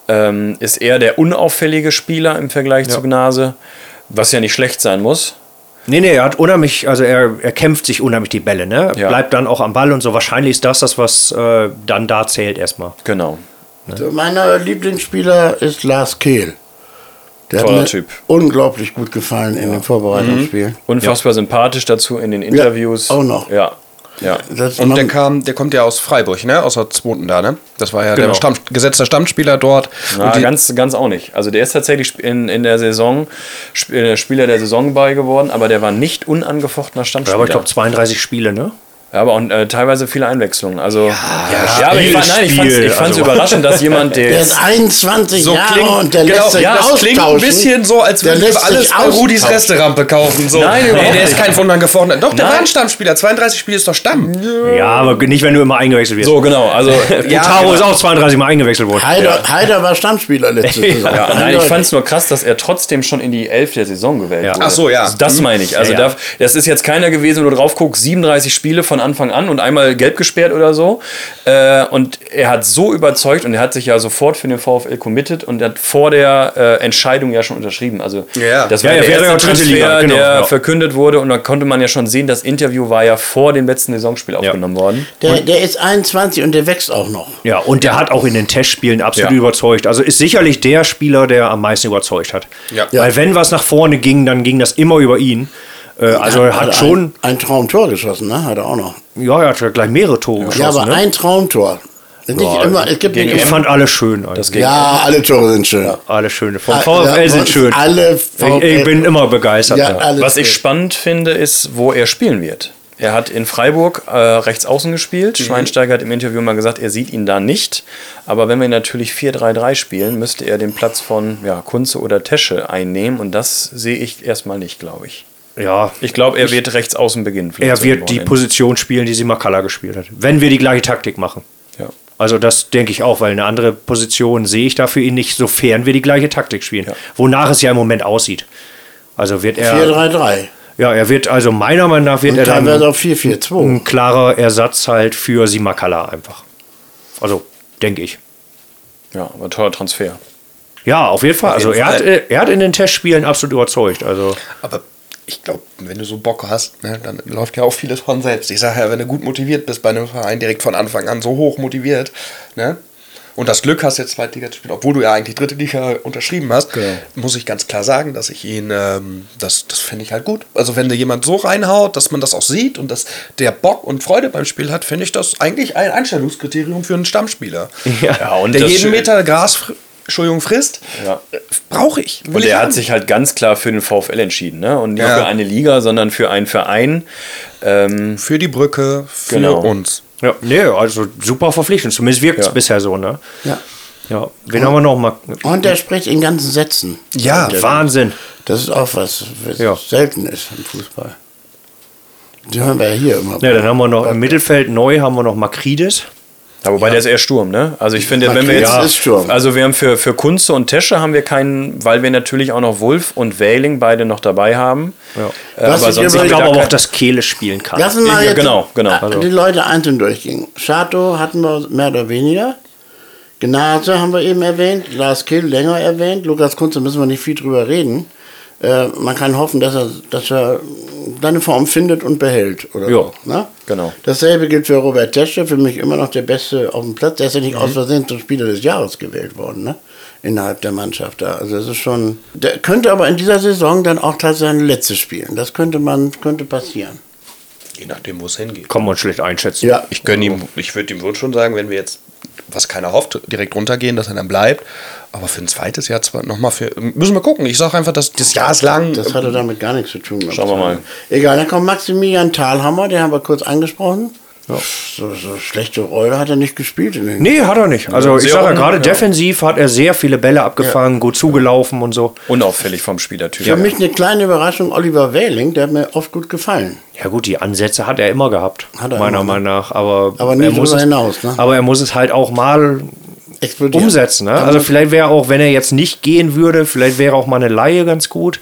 Ähm, ist eher der unauffällige Spieler im Vergleich zu Gnase, was ja nicht schlecht sein muss.
Nee, nee, er hat unheimlich, also er, er kämpft sich unheimlich die Bälle, ne?
Ja.
Bleibt dann auch am Ball und so. Wahrscheinlich ist das das, was äh, dann da zählt erstmal.
Genau.
So, Also Meiner Lieblingsspieler ist Lars Kehl. Der
Toller
mir
Typ.
unglaublich gut gefallen in dem
Mhm.
Vorbereitungsspiel.
Unfassbar sympathisch dazu in den Interviews.
auch noch.
Ja. Ja.
Das
Und
man-
der kam, der kommt ja aus Freiburg, ne? Aus der zweiten da, ne? Das war ja
Genau.
der Stamm, gesetzter Stammspieler dort.
Na,
Und die-
ganz, ganz auch nicht. Also der ist tatsächlich sp- in, in der Saison sp äh, Spieler der Saison bei geworden, aber der war nicht unangefochtener
Ja,
Stammspieler.
aber ich glaube 32 Spiele, ne?
Ja, aber und äh, teilweise viele Einwechslungen. Also, ja, aber ich,
Spiel
fand- nein, ich fand es ich
Spiel,
fand's
also.
überraschend, dass jemand, der
Der ist 21
So
Jahre
klingt-
und der
genau,
lässt sich
ja, das
austauschen.
klingt ein bisschen so, als
Der
würde ich
lässt
alles
sich
bei Rudis
austauschen.
Resterampe kaufen. So.
Nein, überhaupt
der ist
nicht.
kein von dann gefordert. Doch, der
Nein.
war ein Stammspieler. 32 Spiele ist doch Stamm.
Ja, aber nicht, wenn du immer eingewechselt wirst.
So, genau. Also,
ja, Taro ist auch 32 Mal eingewechselt worden.
Heider, Heider war Stammspieler letzte Saison.
Ja, nein, ich fand es nur krass, dass er trotzdem schon in die Elf der Saison gewählt
Ja.
wurde.
Ach so, ja.
Also Das meine ich. Also
Ja, ja.
da- das ist jetzt keiner gewesen, wo du drauf guckst, 37 Spiele von Anfang an und einmal gelb gesperrt oder so. Äh, Und er hat so überzeugt und er hat sich ja sofort für den VfL committed und hat vor der äh, Entscheidung ja schon unterschrieben. Also
Ja.
das war
Ja, ja,
der
wäre ja
erste
dritte
Transfer,
Liga, genau,
der
ja.
verkündet wurde und da konnte man ja schon sehen, das Interview war ja vor dem letzten Saisonspiel aufgenommen worden.
der, der ist 21 und der wächst auch noch.
Ja, und der hat auch in den Testspielen absolut
Ja.
überzeugt. Also ist sicherlich der Spieler, der am meisten überzeugt hat.
Ja.
Weil wenn was nach vorne ging, dann ging das immer über ihn. Äh, also er hat
er
schon,
Ein, ein Traumtor geschossen, ne? Hat er auch noch.
ja, er hat ja gleich mehrere Tore
Ja,
geschossen.
aber
ne?
ein Traumtor. Nicht immer, es gibt nicht
ich
immer.
fand alle schön. Das
ging-
Ja, alle Tore sind schön.
Alle schöne. Vom
Ah,
VfL
ja,
sind schön.
alle
ich,
VfL
ich bin immer begeistert.
Ja,
Ja,
alle
Was ich
schön.
spannend finde, ist, wo er spielen wird. Er hat in Freiburg äh, rechts außen
Mhm.
gespielt. Schweinsteiger hat im Interview mal gesagt, er sieht ihn da nicht. Aber wenn wir natürlich 4-3-3 spielen, müsste er den Platz von ja, Kunze oder Tesche einnehmen. Und das sehe ich erstmal nicht, glaube ich.
ja.
Ich glaube, er wird rechts außen beginnen. vielleicht
er
so am
wird die
Wochenende.
Position spielen, die sie Makala gespielt hat. Wenn wir die gleiche Taktik machen.
Ja.
Also das denke ich auch, weil eine andere Position sehe ich dafür ihn nicht, sofern wir die gleiche Taktik spielen.
Ja.
Wonach es ja im Moment aussieht. Also wird er.
4-3-3.
Ja, er wird, also meiner Meinung nach wird
Und
er
teilweise
dann Mhm.
auch 4-4-2.
ein klarer Ersatz halt für Simakala einfach. Also, denke ich.
ja, aber teuer Transfer.
Ja, auf jeden Fall. also
jeden
er, Hat,
Fall.
äh, er hat in den Testspielen absolut überzeugt. Also
Aber ich glaube, wenn du so Bock hast, ne, dann läuft ja auch vieles von selbst. Ich sage ja, wenn du gut motiviert bist bei einem Verein, direkt von Anfang an so hoch motiviert, ne? Und das Glück hast, jetzt Zweitliga zu spielen, obwohl du ja eigentlich dritte Liga unterschrieben hast,
Genau.
muss ich ganz klar sagen, dass ich ihn, ähm, das, das finde ich halt gut. Also wenn dir jemand so reinhaut, dass man das auch sieht und dass der Bock und Freude beim Spiel hat, finde ich das eigentlich ein Einstellungskriterium für einen Stammspieler.
Ja,
und
der
das
jeden
schön-
Meter Gras, fr- Entschuldigung, frisst,
Ja.
äh, brauche ich. will
Und
ich
er
haben.
hat sich halt ganz klar für den VfL entschieden. Ne? Und nicht
Ja.
für eine Liga, sondern für einen Verein. Ähm,
für die Brücke, für
Genau.
uns.
Ja, nee, also super verpflichtend. Zumindest wirkt es
Ja.
bisher so, ne?
Ja.
Ja. Wen haben wir noch mal?
Und er spricht in ganzen Sätzen.
Ja,
Wahnsinn.
Das ist auch was, was
Ja.
selten ist im Fußball. Die hören wir ja hier immer.
Ja, dann haben wir noch im Mittelfeld neu haben wir noch Makrides.
Ja, wobei der ist eher Sturm, ne? Also ich finde, wenn wir
Marquez
jetzt,
ist Sturm.
also wir haben für, für Kunze und Tesche haben wir keinen, weil wir natürlich auch noch Wolf und Wähling beide noch dabei haben.
Ja.
Äh,
Was
aber
ich
sonst
über-
Ich
haben wir
glaube
da
aber auch,
kein-
dass Kehle spielen kann.
Lassen wir
Ja,
mal jetzt
genau, genau.
die Leute einzeln durchgehen. Schato hatten wir mehr oder weniger. Gnase haben wir eben erwähnt. Lars Kill länger erwähnt. Lukas Kunze müssen wir nicht viel drüber reden. Äh, man kann hoffen, dass er, dass er seine Form findet und behält. Oder
Ja,
so, ne?
genau.
Dasselbe gilt für Robert Tesche, für mich immer noch der Beste auf dem Platz. Der ist ja nicht aus Versehen zum Spieler des Jahres gewählt worden, ne? Innerhalb der Mannschaft da. Also es ist schon. Der könnte aber in dieser Saison dann auch tatsächlich sein letztes spielen. Das könnte man, könnte passieren.
Je nachdem, wo es hingeht. Also.
Kann man schlecht einschätzen.
Ja.
Ich gönne ihm, ich würde ihm wohl schon sagen, wenn wir jetzt, was keiner hofft, direkt runtergehen, dass er dann bleibt. Aber für ein zweites Jahr zwar nochmal für. Müssen wir gucken. Ich sage einfach, dass das Jahr ist lang.
Das hatte damit gar nichts zu tun.
Schauen wir mal.
Egal, dann kommt Maximilian Thalhammer, den haben wir kurz angesprochen. So, so schlechte Rolle hat er nicht gespielt. In den
Nee, hat er nicht. Also ich
sehr
sage ja,
un-
gerade
ja.
defensiv hat er sehr viele Bälle abgefangen, gut zugelaufen und so.
unauffällig vom Spielertyp.
Für mich eine kleine Überraschung, Oliver Wähling, der hat mir oft gut gefallen.
Ja gut, die Ansätze hat er immer gehabt,
Hat er
meiner
immer, ne?
Meinung nach. Aber,
Aber nie
er muss
drüber
es,
hinaus, ne?
Aber er muss es halt auch mal
Explodiert.
umsetzen. Ne?
Kann
Also
man-
vielleicht wäre auch, wenn er jetzt nicht gehen würde, vielleicht wäre auch mal eine Laie ganz gut.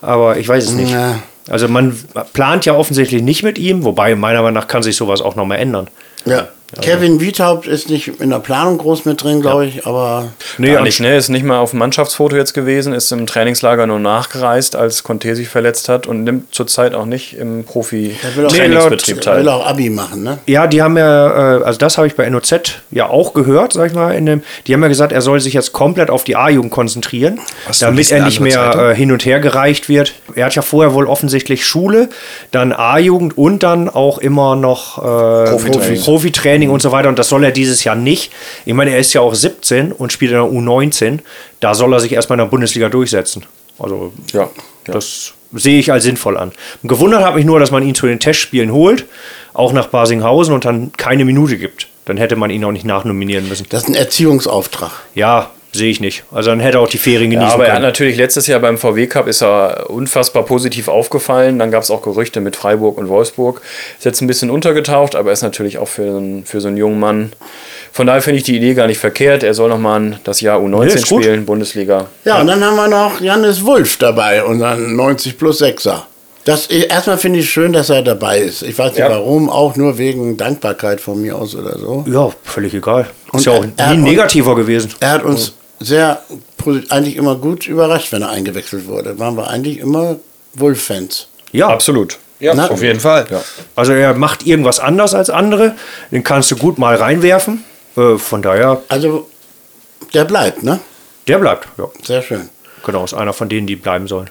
Aber ich weiß es nicht.
Ja.
Also man plant ja offensichtlich nicht mit ihm, wobei meiner Meinung nach kann sich sowas auch nochmal ändern.
Ja. Kevin Wiethaupt ist nicht in der Planung groß mit drin, glaube ich, aber
Nee,
Gar nicht, ne? Ist nicht mal auf dem Mannschaftsfoto jetzt gewesen, ist im Trainingslager nur nachgereist, als Conte sich verletzt hat und nimmt zurzeit auch nicht im
will auch-
Nee,
Profi-Trainingsbetrieb
er will
teil.
auch Abi machen, ne?
Ja, die haben ja, äh, also das habe ich bei NOZ ja auch gehört, sag ich mal, in dem, die haben ja gesagt, er soll sich jetzt komplett auf die A-Jugend konzentrieren,
Hast du
damit
diese
er nicht
andere Seite?
mehr äh, hin und her gereicht wird. Er hat ja vorher wohl offensichtlich Schule, dann A-Jugend und dann auch immer noch äh,
Profitraining.
Profi- Profitraining und so weiter und das soll er dieses Jahr nicht. Ich meine, er ist ja auch 17 und spielt in der U19, da soll er sich erstmal in der Bundesliga durchsetzen. Also
Ja, ja.
das sehe ich als sinnvoll an. Gewundert habe mich nur, dass man ihn zu den Testspielen holt, auch nach Basinghausen und dann keine Minute gibt. Dann hätte man ihn auch nicht nachnominieren müssen.
Das ist ein Erziehungsauftrag.
Ja, sehe ich nicht. Also dann hätte er auch die Ferien genießen
aber er hat
können.
natürlich letztes Jahr beim VW Cup ist er unfassbar positiv aufgefallen. Dann gab es auch Gerüchte mit Freiburg und Wolfsburg. Ist jetzt ein bisschen untergetaucht, aber ist natürlich auch für, so einen- für so einen jungen Mann. Von daher finde ich die Idee gar nicht verkehrt. Er soll nochmal das Jahr U19
Nee, ist gut.
spielen, Bundesliga.
Ja, und dann haben wir noch Jannis Wulff dabei, unseren 90 plus 6er. Das, erstmal finde ich schön, dass er dabei ist. Ich weiß nicht
Ja.
warum, auch nur wegen Dankbarkeit von mir aus oder so.
Ja, völlig egal.
Und
Ist ja auch
er-
nie
er-
ein
und-
negativer gewesen.
Er hat uns sehr, posi- eigentlich immer gut überrascht, wenn er eingewechselt wurde. Waren wir eigentlich immer Wulff-Fans.
Ja,
Absolut.
Ja,
Na-
auf jeden Fall.
Also er macht irgendwas anders als andere. Den kannst du gut mal reinwerfen. Äh, von daher,
Also, der bleibt, ne?
der bleibt. Ja,
Sehr schön.
genau, ist einer von denen, die bleiben sollen.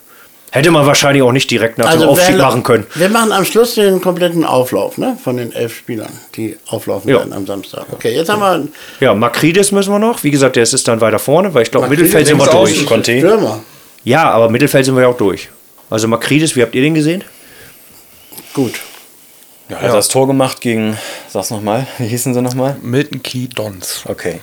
Hätte man wahrscheinlich auch nicht direkt nach dem
also
Aufstieg
wer-
machen können.
Wir machen am Schluss den kompletten Auflauf, ne? Von den elf Spielern, die auflaufen
Ja.
werden am Samstag. Okay, jetzt haben
Ja, Makrides müssen wir noch. Wie gesagt, der ist dann weiter vorne, weil ich glaube,
Makrides
Mittelfeld sind wir
links
durch.
außen.
wir
Conte.
Stürmer.
Ja, aber Mittelfeld sind wir ja auch durch. Also Makrides, wie habt ihr den gesehen?
Gut.
Ja, er hat das Tor gemacht gegen, sag's nochmal, wie hießen sie nochmal?
Milton Key Dons.
Okay.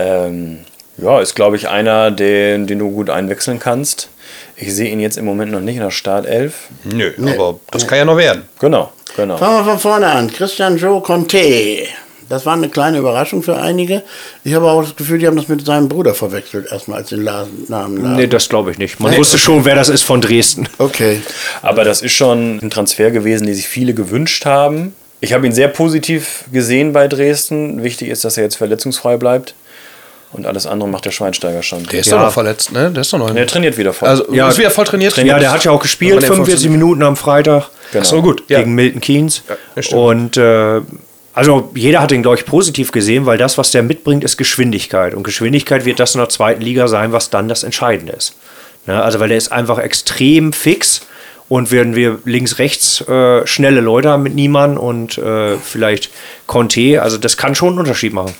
Ähm, ja, ist, glaube ich, einer, den, den du gut einwechseln kannst. Ich sehe ihn jetzt im Moment noch nicht in der Startelf.
Nö, aber das kann ja noch werden.
Genau, genau.
Fangen wir von vorne an. Christian Joe Conte. Das war eine kleine Überraschung für einige. Ich habe auch das Gefühl, die haben das mit seinem Bruder verwechselt, erstmal als den La- Namen. lasen.
Nee, das glaube ich nicht. Man
Nee.
wusste schon, wer das ist von Dresden.
Okay.
Aber das ist schon ein Transfer gewesen, den sich viele gewünscht haben. Ich habe ihn sehr positiv gesehen bei Dresden. Wichtig ist, dass er jetzt verletzungsfrei bleibt. Und alles andere macht der Schweinsteiger schon.
Der ist
Ja.
doch noch verletzt, ne? Der ist doch noch.
Und er trainiert wieder voll.
also,
Ja.
ist wieder voll trainiert.
Ja, der hat ja auch gespielt,
Wenn der
45
funktioniert.
Minuten am Freitag.
Genau.
Ach So gut,
Ja.
gegen Milton Keynes.
das stimmt.
und äh, also jeder hat ihn, glaube ich, positiv gesehen, weil das, was der mitbringt, ist Geschwindigkeit. Und Geschwindigkeit wird das in der zweiten Liga sein, was dann das Entscheidende ist. Ne? Also weil der ist einfach extrem fix. Und werden wir links, rechts äh, schnelle Leute haben mit Niemann und äh, vielleicht Conte, also das kann schon einen Unterschied machen.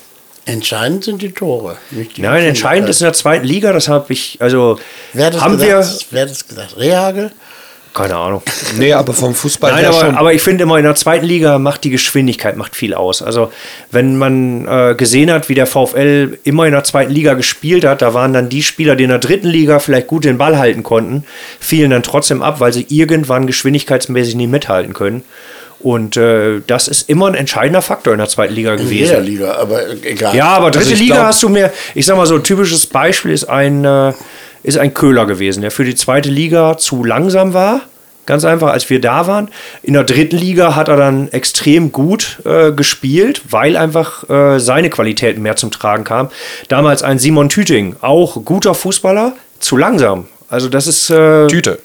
Entscheidend sind die Tore. Nicht die
Nein, entscheidend
Geschwindigkeit.
ist in der zweiten Liga, das habe ich, also
äh, Wer hat das
haben wir,
gesagt? Wer hat das gesagt? Rehagel?
keine Ahnung.
Nee, aber vom Fußball
Nein,
her
aber,
schon.
aber ich finde immer, in der zweiten Liga macht die Geschwindigkeit macht viel aus. Also, wenn man äh, gesehen hat, wie der VfL immer in der zweiten Liga gespielt hat, da waren dann die Spieler, die in der dritten Liga vielleicht gut den Ball halten konnten, fielen dann trotzdem ab, weil sie irgendwann geschwindigkeitsmäßig nicht mithalten können. Und äh, das ist immer ein entscheidender Faktor in der zweiten Liga
In
gewesen.
jeder Liga, aber egal.
Ja, aber dritte
Also ich
Liga
glaub-
hast du mehr. Ich sag mal so, ein typisches Beispiel ist ein, äh, ist ein Köhler gewesen, der für die zweite Liga zu langsam war. Ganz einfach, als wir da waren. In der dritten Liga hat er dann extrem gut äh, gespielt, weil einfach äh, seine Qualitäten mehr zum Tragen kamen. Damals ein Simon Tüting, auch guter Fußballer, zu langsam. Also das ist äh,
Tüte.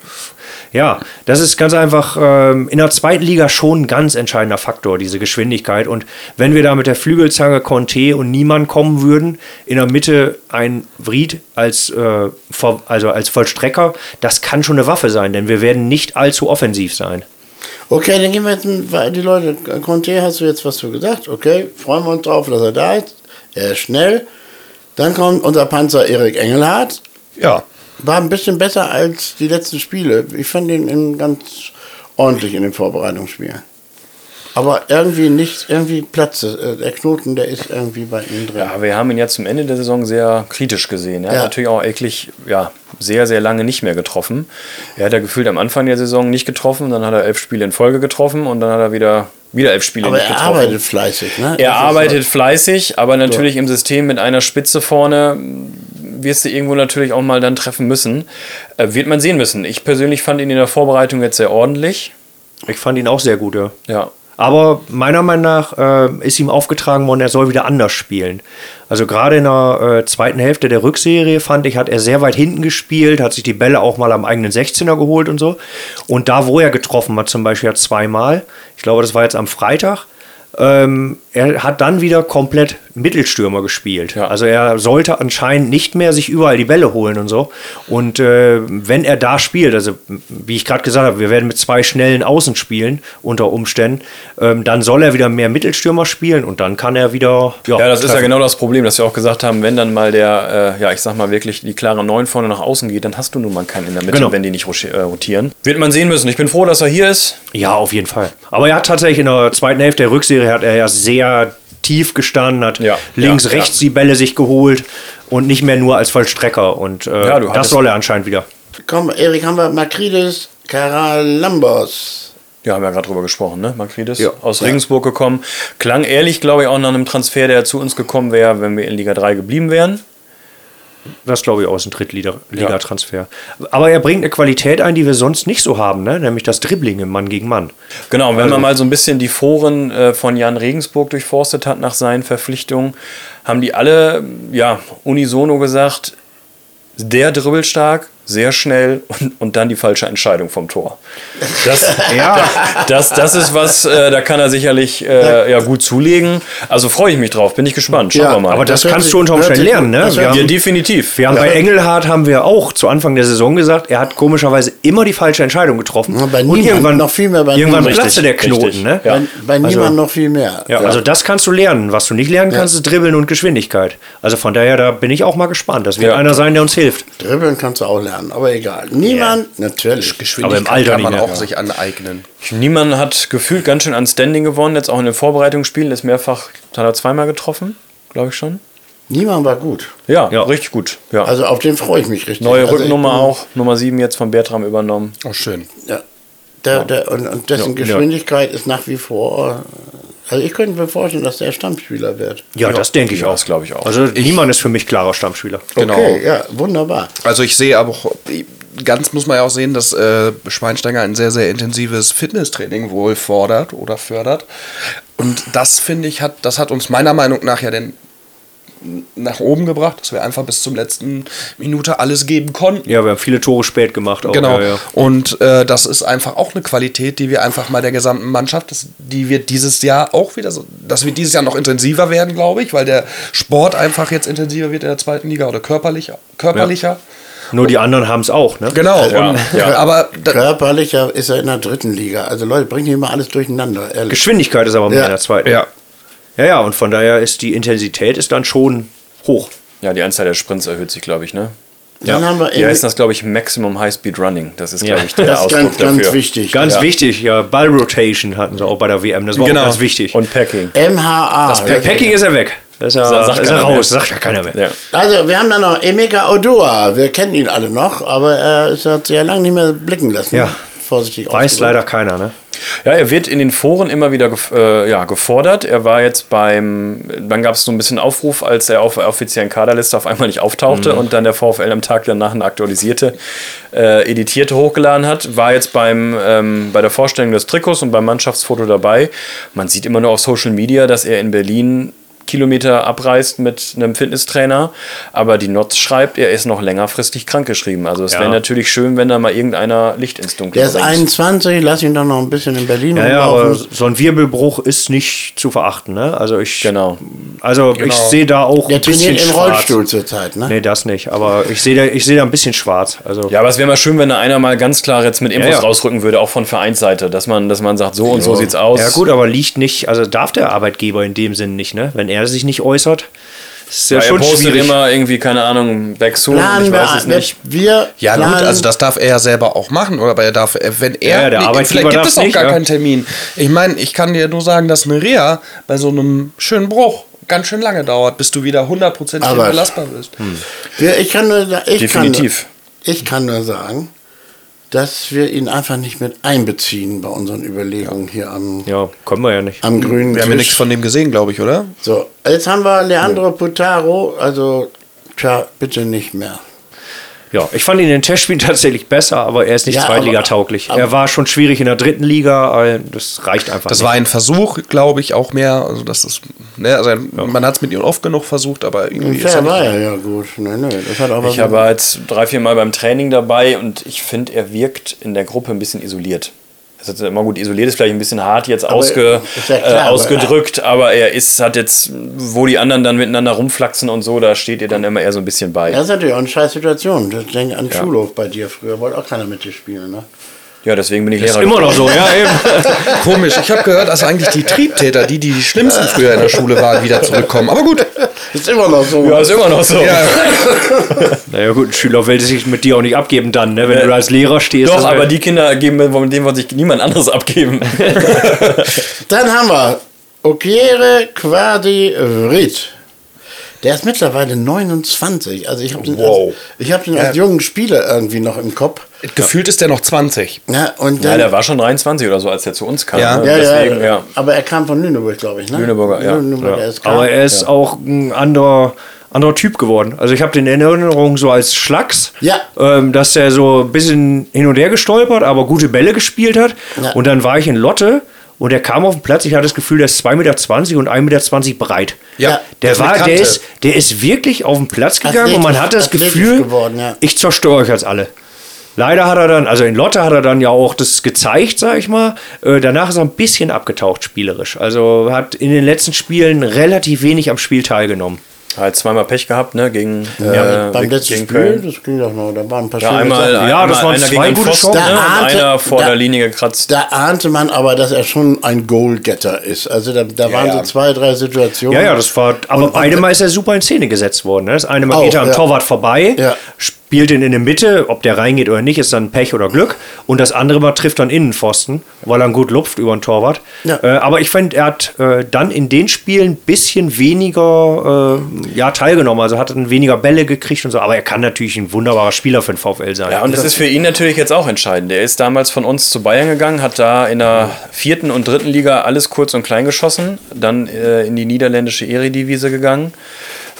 ja, das ist ganz einfach ähm, in der zweiten Liga schon ein ganz entscheidender Faktor, diese Geschwindigkeit. Und wenn wir da mit der Flügelzange Conte und Niemann kommen würden, in der Mitte ein Vried als, äh, Ver- also als Vollstrecker, das kann schon eine Waffe sein, denn wir werden nicht allzu offensiv sein.
Okay, dann gehen wir jetzt, mit- weil die Leute, Conte, hast du jetzt was zu gesagt? Okay, freuen wir uns drauf, dass er da ist. Er ist schnell. Dann kommt unser Panzer Erik Engelhardt.
Ja.
War ein bisschen besser als die letzten Spiele. Ich fand ihn in ganz ordentlich in den Vorbereitungsspielen. Aber irgendwie nicht, irgendwie Platze. äh, Der Knoten, der ist irgendwie bei ihm drin.
Ja, wir haben ihn ja zum Ende der Saison sehr kritisch gesehen. Er hat
Ja.
natürlich auch eklig, ja, sehr, sehr lange nicht mehr getroffen. Er hat ja gefühlt am Anfang der Saison nicht getroffen, dann hat er elf Spiele in Folge getroffen und dann hat er wieder, wieder elf Spiele
Aber
nicht
er
getroffen.
arbeitet fleißig, ne? Das
Er
ist
arbeitet fleißig, aber natürlich im System mit einer Spitze vorne wirst du irgendwo natürlich auch mal dann treffen müssen. Äh, wird man sehen müssen. Ich persönlich fand ihn in der Vorbereitung jetzt sehr ordentlich.
Ich fand ihn auch sehr gut, ja.
Ja.
Aber meiner Meinung nach äh, ist ihm aufgetragen worden, er soll wieder anders spielen. Also gerade in der äh, zweiten Hälfte der Rückserie fand ich, hat er sehr weit hinten gespielt, hat sich die Bälle auch mal am eigenen 16er geholt und so. Und da, wo er getroffen hat, zum Beispiel ja zweimal, ich glaube, das war jetzt am Freitag, ähm, er hat dann wieder komplett Mittelstürmer gespielt.
Ja.
Also er sollte anscheinend nicht mehr sich überall die Bälle holen und so. Und äh, wenn er da spielt, also wie ich gerade gesagt habe, wir werden mit zwei schnellen Außen spielen unter Umständen, ähm, dann soll er wieder mehr Mittelstürmer spielen und dann kann er wieder.
Ja, das ist ja
treffen.
genau das Problem, dass wir auch gesagt haben, wenn dann mal der, äh, ja, ich sag mal wirklich die klare 9 vorne nach außen geht, dann hast du nun mal keinen in der Mitte,
Genau.
wenn die nicht rochi- äh, rotieren. Wird man sehen müssen. Ich bin froh, dass er hier ist.
Ja, auf jeden Fall. Aber er hat tatsächlich in der zweiten Hälfte der Rückserie hat er ja sehr tief gestanden, hat
Ja,
links,
ja,
rechts die Bälle sich geholt und nicht mehr nur als Vollstrecker. Und äh,
Ja, du
das
hattest-
soll er anscheinend wieder.
Komm, Erik, haben wir Makrides Karalambos.
Ja, haben wir ja gerade drüber gesprochen, ne? Makridis
Ja.
aus
Ja.
Regensburg gekommen. Klang ehrlich, glaube ich, auch nach einem Transfer, der zu uns gekommen wäre, wenn wir in Liga 3 geblieben wären.
Das glaube ich aus dem Drittliga-Transfer. Aber er bringt eine Qualität ein, die wir sonst nicht so haben, ne? nämlich das Dribbling im Mann gegen Mann.
Genau, wenn man mal so ein bisschen die Foren äh, von Jan Regensburg durchforstet hat nach seinen Verpflichtungen, haben die alle ja, unisono gesagt, der dribbelstark, sehr schnell und, und dann die falsche Entscheidung vom Tor. Das, ja. das, das ist was, äh, da kann er sicherlich äh, ja, gut zulegen. Also freue ich mich drauf, bin ich gespannt. Schauen
Ja,
wir mal.
Aber das,
Das hört
kannst
sich-
du unter
hört
Umständen
sich
lernen.
gut-
Ne?
das
Wir
hört
ja,
haben,
definitiv.
wir haben bei
Ja.
Engelhardt haben wir auch zu Anfang der Saison gesagt, er hat komischerweise immer die falsche Entscheidung getroffen.
Ja, bei
und
niemand,
irgendwann,
noch viel mehr bei
irgendwann
niemand.
platzte der
Richtig,
Knoten.
richtig.
Ne?
Ja.
Bei, bei
Also-
niemandem noch viel mehr.
Ja, also das kannst du lernen. Was du nicht lernen kannst, ist Dribbeln und Geschwindigkeit. Also von daher, da bin ich auch mal gespannt. Das wird
Ja.
einer sein, der uns hilft.
Dribbeln kannst du auch lernen, aber egal. Niemand, natürlich.
Aber im
Geschwindigkeit
Alter
kann man
nicht mehr,
auch
ja.
sich aneignen.
Niemann hat gefühlt ganz schön an Standing gewonnen, jetzt auch in den Vorbereitungsspielen, ist mehrfach, hat er zweimal getroffen, glaube ich schon.
Niemand war gut.
Ja,
Ja.
richtig gut. Ja.
Also auf den freue ich mich richtig.
Neue
also ich
Rücknummer
bin-
auch, Nummer 7 jetzt von Bertram übernommen.
Oh, schön.
Ja. Der, der, und, und dessen
Ja, ja.
Geschwindigkeit ist nach wie vor. Also ich könnte mir vorstellen, dass der Stammspieler wird. Also,
Ja, das denke ich
Ja,
auch.
das glaube ich auch.
Also niemand ist für mich klarer Stammspieler.
Genau.
Okay, ja, wunderbar.
Also ich sehe aber auch, ganz muss man ja auch sehen, dass äh, Schweinsteiger ein sehr, sehr intensives Fitnesstraining wohl fordert oder fördert. Und das finde ich, hat, das hat uns meiner Meinung nach ja den nach oben gebracht, dass wir einfach bis zum letzten Minute alles geben konnten.
Ja, wir haben viele Tore spät gemacht. Auch.
Genau.
Ja, ja.
Und äh, das ist einfach auch eine Qualität, die wir einfach mal der gesamten Mannschaft, das, die wir dieses Jahr auch wieder, so, dass wir dieses Jahr noch intensiver werden, glaube ich, weil der Sport einfach jetzt intensiver wird in der zweiten Liga oder körperlicher. körperlicher.
Nur die anderen haben es auch. Ne?
Genau.
Ja,
und,
ja.
Aber da,
Körperlicher ist er in der dritten Liga. Also Leute, bringt hier immer alles durcheinander. Ehrlich.
Geschwindigkeit ist aber mehr
Ja.
in der zweiten.
ja.
ja, ja, und von daher ist die Intensität ist dann schon hoch.
Ja, die Anzahl der Sprints erhöht sich, glaube ich, ne?
Dann haben wir
Die heißen
irgendwie-
das, glaube ich, Maximum High Speed Running. Das ist,
Ja.
glaube ich, der
das ist
Ausdruck
ganz, ganz
dafür.
wichtig.
Ganz wichtig, ja, Ballrotation hatten sie auch bei der WM. Das war
Genau.
auch ganz wichtig.
Und Packing.
MHA.
der Packing ist er weg. Da Ist er,
Sa- sagt
ist er
keiner mehr.
raus, sagt ja keiner mehr.
Ja.
Also, wir haben da noch Emeka Odua. Wir kennen ihn alle noch, aber er ist- hat sich ja lange nicht mehr blicken lassen.
Ja.
Vorsichtig
Weiß
ausgedrückt.
leider keiner, ne?
ja, er wird in den Foren immer wieder gef äh, ja, gefordert. Er war jetzt beim, dann gab es so ein bisschen Aufruf, als er auf der offiziellen Kaderliste auf einmal nicht auftauchte und dann der VfL am Tag danach eine aktualisierte, äh, editierte hochgeladen hat. War jetzt beim, ähm, bei der Vorstellung des Trikots und beim Mannschaftsfoto dabei. Man sieht immer nur auf Social Media, dass er in Berlin Kilometer abreist mit einem Fitnesstrainer, aber die Notz schreibt, er ist noch längerfristig krankgeschrieben. Also es
Ja.
wäre natürlich schön, wenn da mal irgendeiner Licht ins Dunkle
Der ist
bringt.
21, lass ihn doch noch ein bisschen in Berlin
Ja, ja, aber
rumlaufen.
so ein Wirbelbruch ist nicht zu verachten, ne? Also ich,
Genau.
also ich sehe da auch
Der
ein bisschen
trainiert im
schwarz.
Rollstuhl zurzeit, ne?
Nee, das nicht, aber ich sehe da, ich sehe da ein bisschen schwarz. Also
Ja, aber es wäre mal schön, wenn da einer mal ganz klar jetzt mit Infos
Ja, ja.
rausrücken würde, auch von Vereinsseite, dass man, dass man sagt, so und so sieht's aus.
Ja, gut, aber liegt nicht, also darf der Arbeitgeber in dem Sinn nicht, ne? Wenn er sich nicht äußert, ist ja,
Ja, er
schon
postet
schwierig.
immer irgendwie, keine Ahnung, back soon, ich
Planen
weiß es
wir,
nicht.
wir
Ja,
planen,
gut, also das darf er ja selber auch machen, oder? Aber er darf, er- wenn er.
Ja, der Arbeitgeber
vielleicht gibt
darf's
es auch
nicht,
gar
ja.
keinen Termin. Ich meine, ich kann dir nur sagen, dass eine Reha bei so einem schönen Bruch ganz schön lange dauert, bis du wieder hundertprozentig
Aber-
belastbar bist.
hm.
wir, ich kann nur, sa- ich
Definitiv.
Kann, ich kann nur sagen, dass wir ihn einfach nicht mit einbeziehen bei unseren Überlegungen hier am,
Ja, können wir ja nicht.
am grünen
Wir haben ja nichts
Tisch.
von dem gesehen, glaube ich, oder?
So, jetzt haben wir Leandro Putaro, also tja, bitte nicht mehr.
Ja, ich fand ihn in den Testspielen tatsächlich besser, aber er ist nicht
Ja, aber-
Zweitliga-tauglich.
aber-
Er war schon schwierig in der dritten Liga, äh, das reicht einfach
Das
nicht.
war ein Versuch, glaube ich, auch mehr. Also, das ist. Ne, also Man hat es mit ihm oft genug versucht, aber irgendwie. ist er
Fair
nicht-
war ja, ja gut. Nee, nee, das hat auch was
Ich halt
mit-
war jetzt drei, vier Mal beim Training dabei und ich finde, er wirkt in der Gruppe ein bisschen isoliert. Das ist immer gut isoliert, ist vielleicht ein bisschen hart jetzt
Aber
ausge,
ist ja
äh,
klar, aber-
ausgedrückt, aber er ist, hat jetzt, wo die anderen dann miteinander rumflaxen und so, da steht ihr dann immer eher so ein bisschen bei.
Das ist natürlich auch eine scheiß Situation. Ich denke an den Schulhof bei dir früher, wollte auch keiner mit dir spielen, ne?
Ja, deswegen bin ich
Ist
Lehrer.
immer noch so, ja, eben.
Komisch. Ich habe gehört, dass eigentlich die Triebtäter, die die schlimmsten früher in der Schule waren, wieder zurückkommen. Aber gut.
Ist immer noch so.
Ja, ist immer noch so.
Naja, gut, ein Schüler will sich mit dir auch nicht abgeben, dann, ne? wenn du als Lehrer stehst.
Äh, Doch,
dann-
aber die Kinder geben, von denen wird sich niemand anderes abgeben.
Dann haben wir Okiere Quadi Vrit. Der ist mittlerweile 29. Also ich habe den,
Wow.
als, ich hab den als jungen Spieler irgendwie noch im Kopf.
Gefühlt ist der noch 20.
Ja, und
Ja,
dann,
der war schon 23 oder so, als der zu uns kam.
Ja.
ne?
ja, ja,
Deswegen, ja.
aber er kam von Lüneburg, glaube ich. Ne?
Lüneburger, ja.
Lüneburger,
Ja.
Er ist
Aber
aber
er ist auch ein anderer, anderer Typ geworden. Also ich habe den in Erinnerung so als Schlacks,
Ja.
ähm, dass er so ein bisschen hin und her gestolpert, aber gute Bälle gespielt hat.
Ja.
Und dann war ich in Lotte und er kam auf den Platz. Ich hatte das Gefühl, der ist 2,20 Meter und 1,20 Meter breit.
Ja.
Der,
Das ist eine
war, der,
Kante.
ist, der ist wirklich auf den Platz gegangen und man
Athletisch-
hatte das
athletisch
Gefühl,
geworden, ja.
ich zerstöre euch jetzt alle. Leider hat er dann, also in Lotte hat er dann ja auch das gezeigt, sag ich mal. Äh, danach ist er ein bisschen abgetaucht spielerisch. Also hat in den letzten Spielen relativ wenig am Spiel teilgenommen.
Halt zweimal Pech gehabt, ne? Gegen,
ja,
äh,
beim letzten
gegen
Spiel,
Köln.
das ging doch noch. Da waren ein paar
Ja,
schöne
einmal,
Sachen.
Ja,
einmal
das waren
einer
zwei
gegen den
gute
Pfosten,
Chancen.
ne?
Da
und
ahnte-
einer vor
da-
der Linie gekratzt.
Da ahnte man aber, dass er schon ein Goalgetter ist. Also da, da waren so
ja.
zwei, drei Situationen.
Ja, ja, das war. Aber
Und-
beide Mal ist er super in Szene gesetzt worden. ne? Das eine Mal
Auch,
geht er am
ja.
Torwart vorbei,
Ja.
spielt ihn in die Mitte, ob der reingeht oder nicht, ist dann Pech oder Glück. Und das andere Mal trifft dann Innenpfosten, weil er ihn gut lupft über den Torwart.
Ja.
Äh, aber ich fand, er hat äh, dann in den Spielen ein bisschen weniger äh, ja, teilgenommen. Also hat dann weniger Bälle gekriegt und so. Aber er kann natürlich ein wunderbarer Spieler für den VfL sein.
Ja, und das ist für ihn natürlich jetzt auch entscheidend. Er ist damals von uns zu Bayern gegangen, hat da in der vierten und dritten Liga alles kurz und klein geschossen, dann äh, in die niederländische Eredivise gegangen.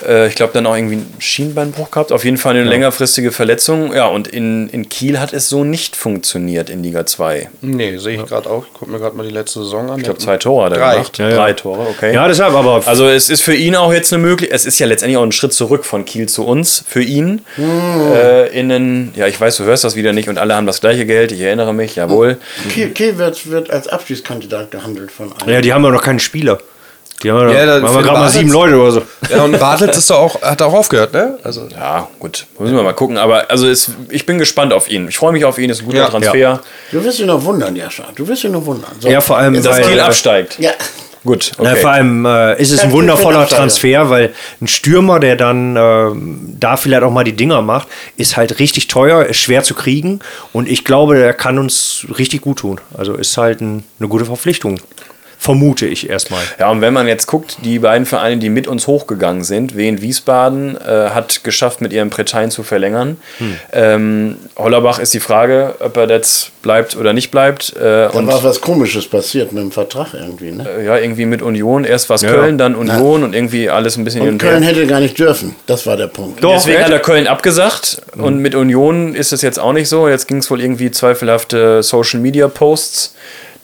Äh, ich glaube, dann auch irgendwie einen Schienbeinbruch gehabt. Auf jeden Fall eine längerfristige Verletzung. Ja, und in, in Kiel hat es so nicht funktioniert in Liga 2.
Nee, sehe ich gerade auch. Ich gucke mir gerade mal die letzte Saison an.
Ich glaube, zwei Tore hat er
Drei.
gemacht.
Mhm. Ja, ja.
Drei Tore, okay.
ja, deshalb, aber
Also es ist für ihn auch jetzt eine Möglichkeit, es ist ja letztendlich auch ein Schritt zurück von Kiel zu uns, für ihn. Äh, in den, ja, ich weiß, du hörst das wieder nicht und alle haben das gleiche Geld, ich erinnere mich, jawohl.
Kiel, Kiel wird, wird als Abschiedskandidat gehandelt von einem.
ja, die haben ja noch keinen Spieler. Die haben ja,
Ja,
ja
da-
gerade mal
Bartels-
sieben Leute oder so.
Ja, und Bartels ist doch auch, hat auch aufgehört, ne? Also,
Ja, gut, müssen wir mal gucken. Aber also es, ich bin gespannt auf ihn. Ich freue mich auf ihn, ist ein guter
Ja.
Transfer.
Du wirst dich noch wundern, Jascha. Du wirst dich noch wundern. So.
Ja, vor allem,
Dass
weil-
Kiel absteigt.
Ja.
Gut,
Na, vor
okay.
allem äh, ist es
Ja, ich
ein
bin
wundervoller
Absteiger.
Transfer, weil ein Stürmer, der dann ähm, da vielleicht auch mal die Dinger macht, ist halt richtig teuer, ist schwer zu kriegen und ich glaube, der kann uns richtig gut tun. Also ist halt ein, eine gute Verpflichtung, vermute ich erstmal.
Ja, und wenn man jetzt guckt, die beiden Vereine, die mit uns hochgegangen sind, Wien Wiesbaden äh, hat geschafft, mit ihrem Pretein zu verlängern. Ähm, Hollerbach ist die Frage, ob er jetzt bleibt oder nicht bleibt. Äh,
Dann
und
war was Komisches passiert mit dem Vertrag irgendwie. Ne?
ja, irgendwie mit Union. Erst war es
Ja.
Köln, dann Union und irgendwie alles ein bisschen hin
Und
und
Köln
her.
hätte gar nicht dürfen. Das war der Punkt.
Doch.
Deswegen
hätte-
hat er Köln abgesagt
Mhm.
und mit Union ist es jetzt auch nicht so. Jetzt ging es wohl irgendwie zweifelhafte Social Media Posts,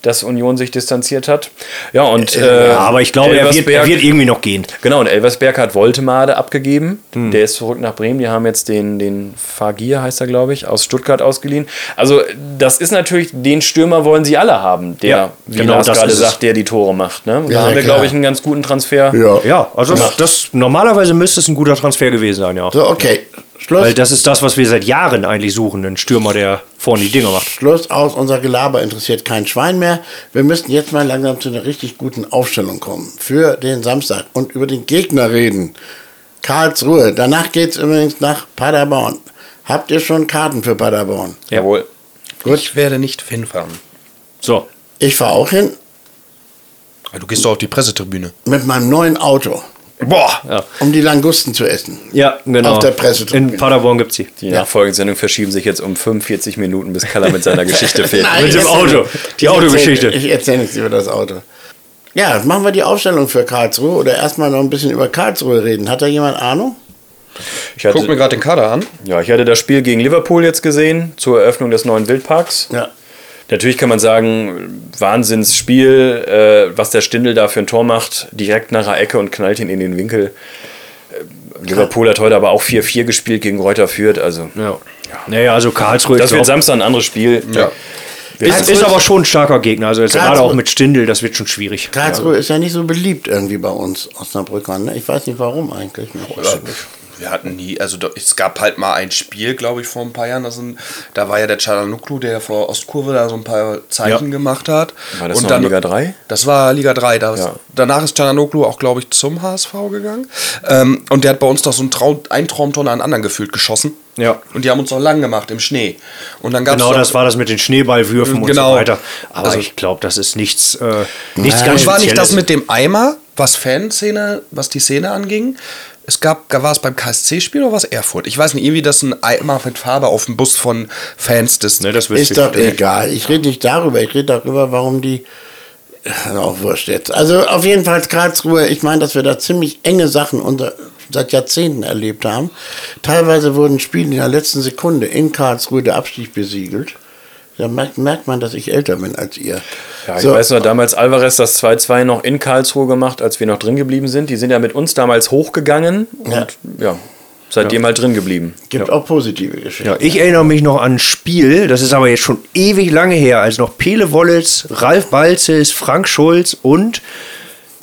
dass Union sich distanziert hat. Ja, und. Äh,
Ja, aber ich glaube, er wird, er
Elversberg-
wird irgendwie noch gehen.
Genau, und Elversberg hat Woltemade abgegeben.
Hm.
Der ist zurück nach Bremen. Die haben jetzt den, den Fagir, heißt er, glaube ich, aus Stuttgart ausgeliehen. Also, das ist natürlich, den Stürmer wollen sie alle haben, der,
Ja,
wie
genau
Lars
das
gerade
ist es.
sagt, der die Tore macht. Ne? Und
Ja,
da haben wir,
klar.
glaube ich, einen ganz guten Transfer.
Ja.
Ja, also das, das normalerweise müsste es ein guter Transfer gewesen sein, ja.
So, okay. Schluss.
Weil das ist das, was wir seit Jahren eigentlich suchen, einen Stürmer, der vorne die Dinger macht.
Schluss aus. Unser Gelaber interessiert kein Schwein mehr. Wir müssen jetzt mal langsam zu einer richtig guten Aufstellung kommen. Für den Samstag und über den Gegner reden. Karlsruhe. Danach geht es übrigens nach Paderborn. Habt ihr schon Karten für Paderborn?
Jawohl.
Gut.
ich werde nicht hinfahren.
So,
Ich fahre auch hin
Du gehst doch auf die Pressetribüne.
mit meinem neuen Auto,
Boah!
ja.
um die Langusten zu essen.
Ja, genau.
Auf der Pressetribüne.
In Paderborn gibt es die.
Die nachfolgenden Sendungen verschieben sich jetzt um 45 Minuten, bis Kaller mit seiner Geschichte fehlt.
Nein,
Mit dem
ich
Auto.
erzähl-
Die
ich
Autogeschichte.
erzähl- Ich erzähle nichts über das Auto. Ja, machen wir die Aufstellung für Karlsruhe oder erstmal noch ein bisschen über Karlsruhe reden. Hat da jemand Ahnung?
Ich
Guck mir
hatte,
gerade den Kader an.
ja, ich hatte das Spiel gegen Liverpool jetzt gesehen, zur Eröffnung des neuen Wildparks.
Ja.
Natürlich kann man sagen, Wahnsinnsspiel, äh, was der Stindel da für ein Tor macht, direkt nach der Ecke und knallt ihn in den Winkel. Äh, Liverpool hat heute aber auch 4-4 gespielt gegen Reuter Fürth, also
Ja. Naja, also Karlsruhe, ich
das wird
glaub,
Samstag ein anderes Spiel.
Ist, ist aber schon ein starker Gegner. Also jetzt gerade
Karlsruhe-
auch mit Stindel, das wird schon schwierig.
Karlsruhe ist ja nicht so beliebt irgendwie bei uns Osnabrückern. Ne? Ich weiß nicht warum eigentlich. Nicht.
Wir hatten nie, also do- es gab halt mal ein Spiel, glaube ich, vor ein paar Jahren. Das sind, da war ja der Chalanuklu, der vor der Ostkurve da so ein paar Zeichen
Ja.
gemacht hat.
War das noch Liga 3?
Das war Liga 3. Da
Ja.
Danach ist Chalanuklu auch, glaube ich, zum HSV gegangen. Ähm, und der hat bei uns doch so ein Traum, ein Traumtor nach dem anderen gefühlt geschossen.
Ja.
Und die haben uns auch lang gemacht im Schnee. Und dann gab's
Genau,
doch-
das war das mit den Schneeballwürfen und
Genau.
so weiter. Aber
Also-
ich glaube, das ist nichts, äh, nichts ganz
Es war nicht das
Spezielles.
mit dem Eimer, was Fanszene, was die Szene anging. Es gab, war es beim KSC-Spiel oder was Erfurt? Ich weiß nicht, irgendwie, dass ein Eimer mit Farbe auf dem Bus von Fans des.
Ne, das
Ist doch
egal.
egal. Ich rede nicht darüber. Ich rede darüber, warum die. Auch wurscht jetzt. Also auf jeden Fall Karlsruhe. Ich meine, dass wir da ziemlich enge Sachen unter, seit Jahrzehnten erlebt haben. Teilweise wurden Spiele in der letzten Sekunde in Karlsruhe der Abstieg besiegelt. Da merkt, merkt man, dass ich älter bin als ihr.
Ja, ich
So.
weiß noch, damals Alvarez das 2-2 noch in Karlsruhe gemacht, als wir noch drin geblieben sind. Die sind ja mit uns damals hochgegangen und
Ja.
ja, seitdem halt drin geblieben.
Gibt auch positive Geschichten.
Ja, ich erinnere mich noch an ein Spiel, das ist aber jetzt schon ewig lange her, als noch Pele Wollitz, Ralf Balzes, Frank Schulz und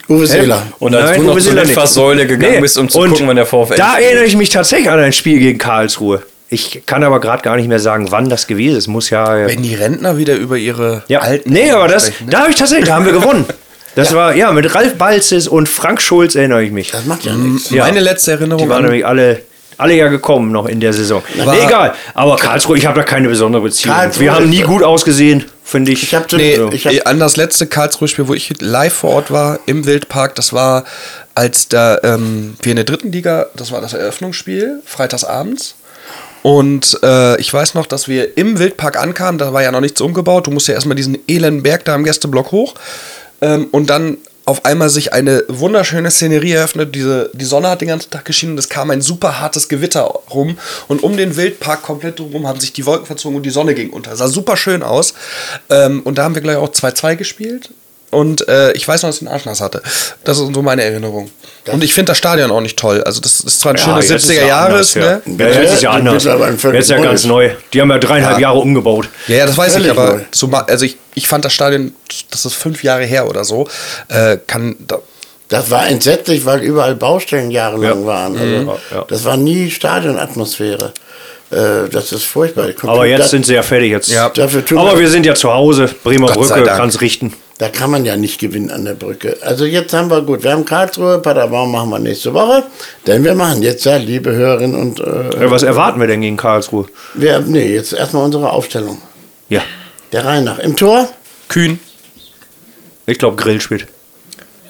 Uwe Seeler.
Und als du noch
Uwe
zur
Seeler
Litfaßsäule
nicht.
gegangen bist, um zu
und
gucken, wann der VfL
Da
spielt.
erinnere ich mich tatsächlich an ein Spiel gegen Karlsruhe. Ich kann aber gerade gar nicht mehr sagen, wann das gewesen ist. Muss ja.
Wenn die Rentner wieder über ihre
ja.
alten.
nee, aber das,
sprechen, ne?
da habe ich tatsächlich, da haben wir gewonnen. Das war, ja, mit Ralf Balzes und Frank Schulz erinnere ich mich.
Das macht ja nichts.
ja.
Meine letzte Erinnerung
Die waren
an.
nämlich alle, alle ja gekommen noch in der Saison.
War-
nee, egal. Aber Karlsruhe, ich habe da keine besondere Beziehung.
Karlsruhe
Wir haben nie
ist-
gut ausgesehen, finde ich.
Ich habe zu
Nee,
ich hab,
äh, an das letzte Karlsruhe-Spiel, wo ich live vor Ort war, im Wildpark, das war, als da, ähm, wir in der dritten Liga, das war das Eröffnungsspiel, freitagsabends. Und äh, ich weiß noch, dass wir im Wildpark ankamen, da war ja noch nichts umgebaut, du musst ja erstmal diesen elenden Berg da am Gästeblock hoch. Ähm, und dann auf einmal sich eine wunderschöne Szenerie eröffnet, diese, die Sonne hat den ganzen Tag geschienen und es kam ein super hartes Gewitter rum und um den Wildpark komplett drumherum haben sich die Wolken verzogen und die Sonne ging unter. Sah super schön aus. Ähm, und da haben wir gleich auch 2-2 gespielt. Und äh, ich weiß noch, dass ich den Arschnass hatte. Das ist so meine Erinnerung. Und ich finde das Stadion auch nicht toll. Also, das ist zwar ein schönes
jetzt ist ja
70er Jahres,
anders,
ne?
Ja. Ja, jetzt ist ja
Ja,
anders.
mittlerweile ein völlig
Jetzt ist ja ganz neu. Die haben ja dreieinhalb
Ja.
Jahre umgebaut.
Ja, ja, das weiß
Völlig
ich, aber
neu.
zumal, also ich, ich fand das Stadion, das ist fünf Jahre her oder so, äh, kann, da,
Das war entsetzlich, weil überall Baustellen jahrelang
Ja. Mhm.
waren. Also,
Ja, ja.
Das war nie Stadionatmosphäre. Äh, das ist furchtbar.
Aber jetzt
da,
sind sie ja fertig. Jetzt.
Ja.
Dafür tun
Aber
wir-
wir sind ja zu Hause. Bremer
Gott sei
Brücke
Dank.
kann es richten.
da kann man ja nicht gewinnen an der Brücke. Also jetzt haben wir gut. Wir haben Karlsruhe, Paderborn machen wir nächste Woche. Denn wir machen jetzt ja, liebe Hörerinnen und äh,
Ja, was erwarten wir denn gegen Karlsruhe?
wir, nee, jetzt erstmal unsere Aufstellung.
Ja,
Der Reihe nach. Im Tor
Kühn.
ich glaube Grill spielt.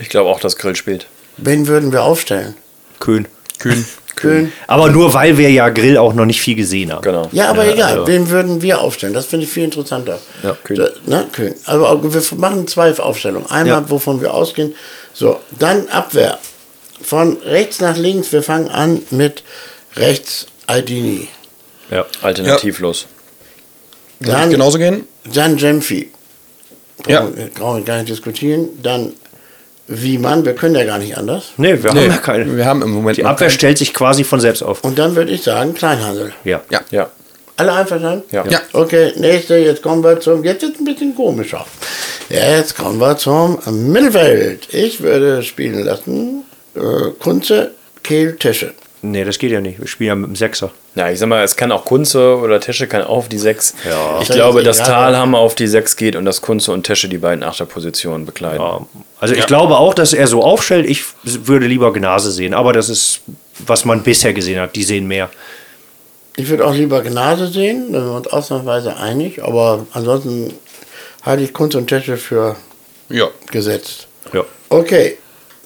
Ich glaube auch, dass Grill spielt.
Wen würden wir aufstellen?
Köhn.
Kühn.
Köln.
Aber nur weil wir ja Grill auch noch nicht viel gesehen haben.
Genau.
Ja, aber
Ja,
egal.
also-
Wen würden wir aufstellen? Das finde ich viel interessanter.
Ja, Kühn.
Da, ne, Kühn. Also auch- wir machen zwei Aufstellungen. Einmal,
Ja.
wovon wir ausgehen. So, dann Abwehr. Von rechts nach links. Wir fangen an mit rechts Aldini.
Ja.
Alternativlos.
Dann,
Genauso gehen?
dann Jemfi.
Ja.
Brauchen wir- brauchen wir gar nicht diskutieren. Dann Wiemann. Wir können ja gar nicht anders.
Nee, wir
Nee,
haben ja keine.
wir haben halt im Moment
Die
noch
Abwehr
keine.
stellt sich quasi von selbst auf.
Und dann würde ich sagen, Kleinhandel.
Ja.
Ja.
Ja.
Alle einverstanden?
Ja.
Ja.
Okay, nächste, jetzt kommen wir zum, jetzt ist ein bisschen komischer. Jetzt kommen wir zum Mittelfeld. Ich würde spielen lassen, äh, Kunze, Kehl, Tesche.
Nee, das geht ja nicht. Wir spielen ja mit dem Sechser.
Ja, ich sag mal, es kann auch Kunze oder Tesche kann auch auf die 6.
Ja.
Ich
Das
glaube,
ist
dass
egal.
Thalhammer auf die 6 geht und dass Kunze und Tesche die beiden Achterpositionen bekleiden.
Ja. Also ich glaube auch, dass er so aufstellt. Ich würde lieber Gnase sehen. Aber das ist, was man bisher gesehen hat. Die sehen mehr.
Ich würde auch lieber Gnase sehen, da sind wir uns ausnahmsweise einig, aber ansonsten halte ich Kunze und Tesche für
Ja.
gesetzt.
Ja.
Okay,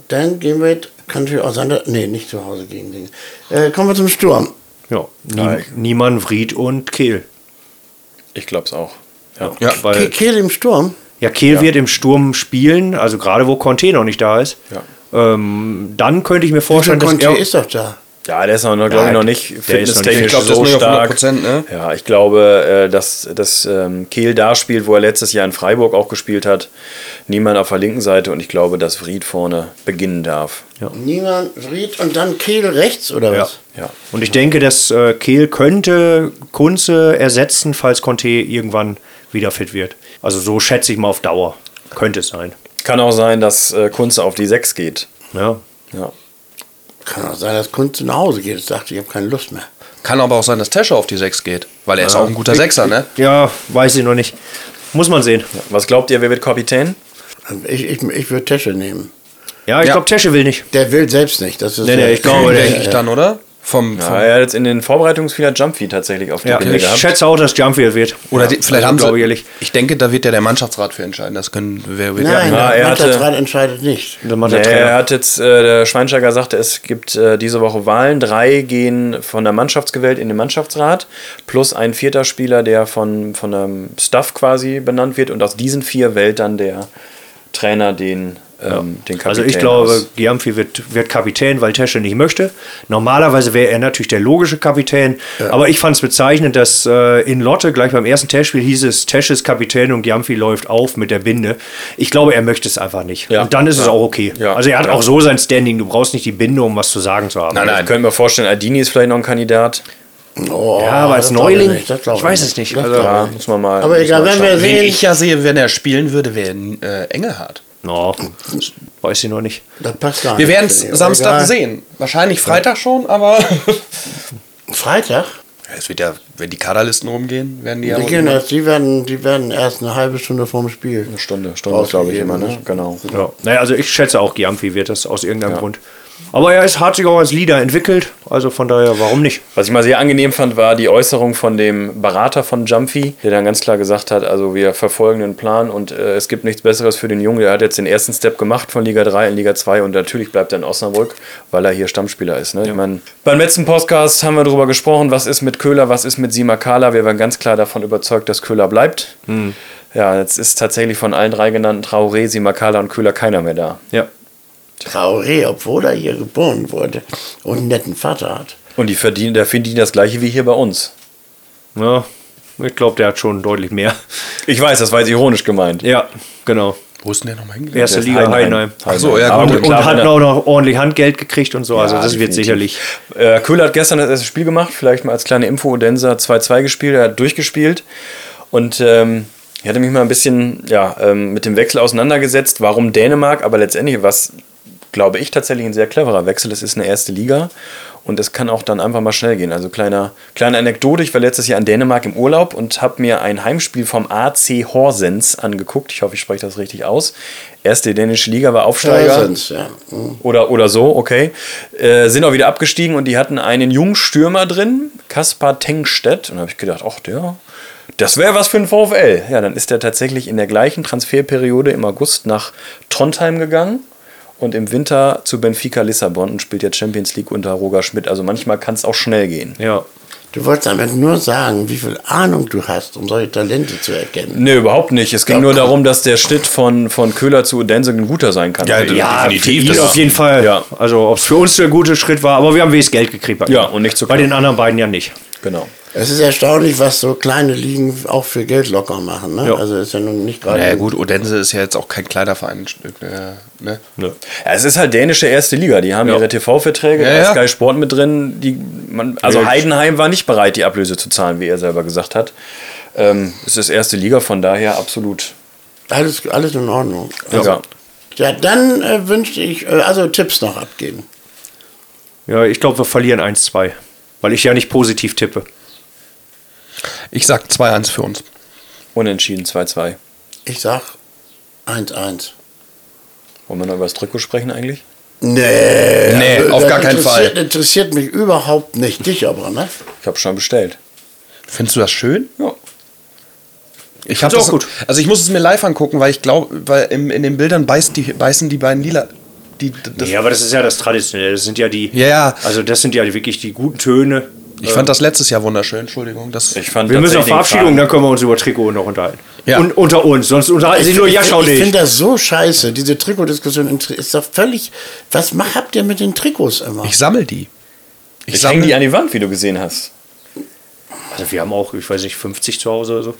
dann gehen wir jetzt, kann ich auseinander, nee, nicht zu Hause gegen den. Äh, kommen wir zum Sturm.
Ja. Nie, Niemann, Vried und Kehl.
Ich glaube es auch. Ja.
Ja.
Ke-
Weil,
Kehl im Sturm?
ja, Kehl wird im Sturm spielen. Also gerade wo Conte noch nicht da ist.
Ja.
Ähm, dann könnte ich mir
Fischer
vorstellen, dass
Conte
er.
ist doch da.
Ja, der ist noch, glaube ich, noch nicht
der ist noch nicht-
fitnesstechnisch
Ich
glaub, der
so
ist noch nicht auf
stark.
100%, ne?
Ja, ich glaube, äh, dass, dass ähm, Kehl da spielt, wo er letztes Jahr in Freiburg auch gespielt hat. Niemand auf der linken Seite und ich glaube, dass Fried vorne beginnen darf.
Niemand, Fried und dann Kehl rechts oder
Ja.
was?
Ja.
Und ich denke, dass äh, Kehl könnte Kunze ersetzen, falls Conte irgendwann wieder fit wird. Also so schätze ich mal auf Dauer. Könnte es sein.
Kann auch sein, dass äh, Kunze auf die 6 geht.
Ja.
Ja.
Kann auch sein, dass Kunze nach Hause geht. Ich dachte, ich habe keine Lust mehr.
Kann aber auch sein, dass Tesche auf die 6 geht, weil er ist auch ein guter Sechser, ne?
ja, weiß ich noch nicht. Muss man sehen.
Was glaubt ihr, wer wird Kapitän?
Ich, ich, ich würde Tesche nehmen.
Ja, ich
Ja.
glaube, Tesche will nicht.
Der will selbst nicht. Das ist
Nee, nee, ich glaube, der-
Denke ich dann, oder? Vom, vom
Ja, er hat jetzt in den Vorbereitungsfehler Jumpy tatsächlich auf die
Ja,
ja,
ich
gehabt.
schätze auch, dass Jumpfield wird.
Oder
ja,
die, vielleicht
also
haben
glaube
sie.
ich ehrlich.
Ich denke, da wird ja der Mannschaftsrat für entscheiden. Das können wer wird
Nein,
Ja,
der
er hatte-
Mannschaftsrat entscheidet nicht.
Dann macht
Nee,
der Trainer.
er hat jetzt, äh, der Schweinsteiger sagte, es gibt äh, diese Woche Wahlen. Drei gehen von der Mannschaftsgewählt in den Mannschaftsrat, plus ein vierter Spieler, der von, von einem Staff quasi benannt wird. Und aus diesen vier wählt dann der Trainer den, ähm, den Kapitän.
Also ich glaube,
aus.
Giamfi wird, wird Kapitän, weil Tesche nicht möchte. Normalerweise wäre er natürlich der logische Kapitän. Aber ich fand es bezeichnend, dass äh, in Lotte gleich beim ersten Testspiel hieß es, Tesche ist Kapitän und Giamfi läuft auf mit der Binde. Ich glaube, er möchte es einfach nicht.
Ja.
Und dann ist es
Ja.
auch okay.
Ja.
Also er hat
Ja.
auch so sein Standing. Du brauchst nicht die Binde, um was zu sagen zu haben.
Nein,
Ich könnte mir vorstellen, Adini ist vielleicht noch ein Kandidat.
Oh,
Ja, aber als
das glaube
Neuling,
nicht, das glaube
ich weiß es nicht.
Das
Also-
glaube
Ja,
ich nicht.
muss man mal.
Aber
muss
egal,
man
wenn wir
schauen.
Wen
sehen,
ich ja sehe, wenn er spielen würde, wäre äh, Engelhardt.
No, weiß ich noch nicht.
das passt gar
Wir
nicht.
werden es
finde ich.
Samstag
Egal.
sehen. Wahrscheinlich Freitag schon, aber.
Freitag?
Es wird ja, wenn die Kaderlisten rumgehen, werden die ja.
Die, gehen
Genau.
erst, die, werden, die werden erst eine halbe Stunde vorm Spiel.
Eine Stunde, Stunde, glaube ich
Ausgegeben,
immer, ne?
ne?
Genau.
Ja. Naja, also ich schätze auch, Giamfi wird das aus irgendeinem Grund. Aber er ist, hat sich auch als Leader entwickelt. Also von daher, warum nicht?
Was ich mal sehr angenehm fand, war die Äußerung von dem Berater von Jumpy, der dann ganz klar gesagt hat, also wir verfolgen den Plan und äh, es gibt nichts Besseres für den Jungen. Der hat jetzt den ersten Step gemacht von Liga 3 in Liga 2 und natürlich bleibt er in Osnabrück, weil er hier Stammspieler ist. Ne? Ich mein, beim letzten Podcast haben wir darüber gesprochen, was ist mit Köhler, was ist mit Simakala. Wir waren ganz klar davon überzeugt, dass Köhler bleibt. Ja, jetzt ist tatsächlich von allen drei genannten Traoré, Simakala und Köhler keiner mehr da.
Ja.
Traoré, obwohl er hier geboren wurde und einen netten Vater hat.
Und die verdienen, der verdienen das gleiche wie hier bei uns.
ja. Ich glaube, der hat schon deutlich mehr.
Ich weiß, das war jetzt ironisch gemeint.
Ja, genau.
Wo ist denn der nochmal hingegangen?
Erste Liga Heidenheim.
Heidenheim.
Ach so, ja,
Aber
gut.
Und,
gut,
und
klar,
hat
wenn er-
auch noch ordentlich Handgeld gekriegt und so. also das wird
definitiv.
sicherlich.
Äh, Köhler hat gestern das erste Spiel gemacht, vielleicht mal als kleine Info. Denser 2-2 gespielt, er hat durchgespielt. Und ähm, ich hatte mich mal ein bisschen ja, ähm, mit dem Wechsel auseinandergesetzt, warum Dänemark, aber letztendlich, was glaube ich tatsächlich ein sehr cleverer Wechsel ist, ist eine erste Liga. Und es kann auch dann einfach mal schnell gehen. Also kleiner, kleine Anekdote, ich war letztes Jahr in Dänemark im Urlaub und habe mir ein Heimspiel vom AC Horsens angeguckt. Ich hoffe, ich spreche das richtig aus. Erste dänische Liga war Aufsteiger
Horsens, ja. Mhm.
oder, oder so, okay. Äh, sind auch wieder abgestiegen und die hatten einen jungen Stürmer drin, Kaspar Tengstedt. Und da habe ich gedacht, ach der, das wäre was für ein VfL. Ja, dann ist der tatsächlich in der gleichen Transferperiode im August nach Trondheim gegangen und im Winter zu Benfica Lissabon und spielt jetzt Champions League unter Roger Schmidt. Also manchmal kann es auch schnell gehen.
Ja.
Du wolltest damit nur sagen, wie viel Ahnung du hast, um solche Talente zu erkennen.
Nee, überhaupt nicht. Es ging nur darum, dass der Schnitt von, von Köhler zu Udense ein guter sein kann.
Ja,
Ja,
Definitiv,
für ihn
das-
auf jeden Fall.
Ja.
Also, ob es für uns der gute Schritt war, aber wir haben wenig Geld gekriegt. Bei
Ja,
ihm.
und nicht so
Bei
knapp.
den anderen beiden ja nicht.
Genau.
Es ist erstaunlich, was so kleine Ligen auch für Geld locker machen. Ne?
Ja.
Also ist ja nun nicht gerade.
Naja, gut, Odense ist ja jetzt auch kein kleiner Verein. Äh, ne?
Ja, es ist halt dänische erste Liga. Die haben ihre TV-Verträge,
Ja,
da ist
ja.
Sky Sport mit drin. Die, man, also Heidenheim war nicht bereit, die Ablöse zu zahlen, wie er selber gesagt hat. Ähm, es ist erste Liga, von daher absolut.
Alles, alles in Ordnung. Also,
Ja.
Ja, dann äh, wünschte ich, äh, also Tipps noch abgeben.
Ja, ich glaube, wir verlieren 1-2. Weil ich ja nicht positiv tippe.
Ich sag 2-1 für uns.
Unentschieden 2-2.
Ich sag 1-1.
Wollen wir noch über das Trikot sprechen eigentlich?
Nee,
Nee, auf
das
gar keinen
interessiert-
Fall.
Interessiert mich überhaupt nicht. Dich aber, ne?
Ich habe schon bestellt.
Findest du das schön?
Ja.
Ich hab
Ist auch
das,
gut.
Also ich muss es mir live angucken, weil ich glaube, weil im, in den Bildern beißt die, beißen die beiden Lila. Die, das,
Ja, aber das ist ja das Traditionelle. Das sind ja die.
Ja, ja.
Also, das sind ja wirklich die guten Töne.
Ich fand das letztes Jahr wunderschön, Entschuldigung. Das,
ähm, Ich fand
Wir müssen auf
tatsächlich
Verabschiedung,
den
dann können wir uns über Trikot noch unterhalten.
Ja.
Und unter uns, sonst unterhalten
Also
sich nur
ich,
Jascha und
ich
ich.
finde das so scheiße. Diese Trikotdiskussion inter- ist doch völlig. Was macht, habt ihr mit den Trikots immer?
ich sammel die.
Fragen. Ich, ich hänge die an die Wand, wie du gesehen hast.
Also wir haben auch, ich weiß nicht, 50 zu Hause oder so.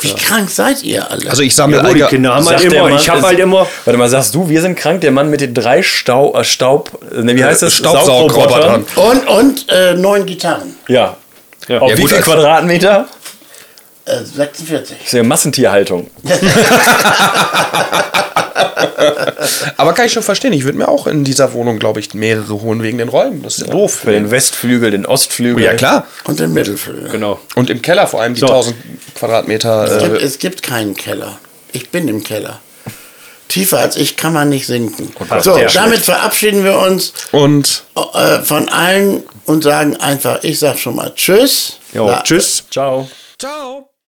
Wie krank seid ihr alle?
Also ich sammle
Ja, die
Eiger-
Kinder haben halt
Sagt der
immer,
Mann,
ich habe
ist-
halt immer,
Warte mal, sagst du, wir sind krank, der Mann mit den drei Stau, äh, Staub. Ne, wie heißt das?
Staubsaugrobotern.
Saugrobotern.
Und, und äh, neun Gitarren.
Ja. Auf
Ja,
wie
gut,
viel
also-
Quadratmeter?
Äh, 46.
Das ist ja Massentierhaltung.
Aber kann ich schon verstehen. Ich würde mir auch in dieser Wohnung, glaube ich, mehrere holen wegen den Räumen. Das ist ja doof.
Für den Westflügel, den Ostflügel.
Oh ja, klar.
Und den Mittelflügel.
genau.
Und im Keller vor allem die
So.
1000 Quadratmeter.
Es gibt,
Äh,
es gibt keinen Keller. Ich bin im Keller. Tiefer als ich kann man nicht sinken. So,
der
damit verabschieden wir uns
und
äh, von allen und sagen einfach, ich sag schon mal Tschüss.
Jo,
Na,
tschüss.
Ciao.
ciao.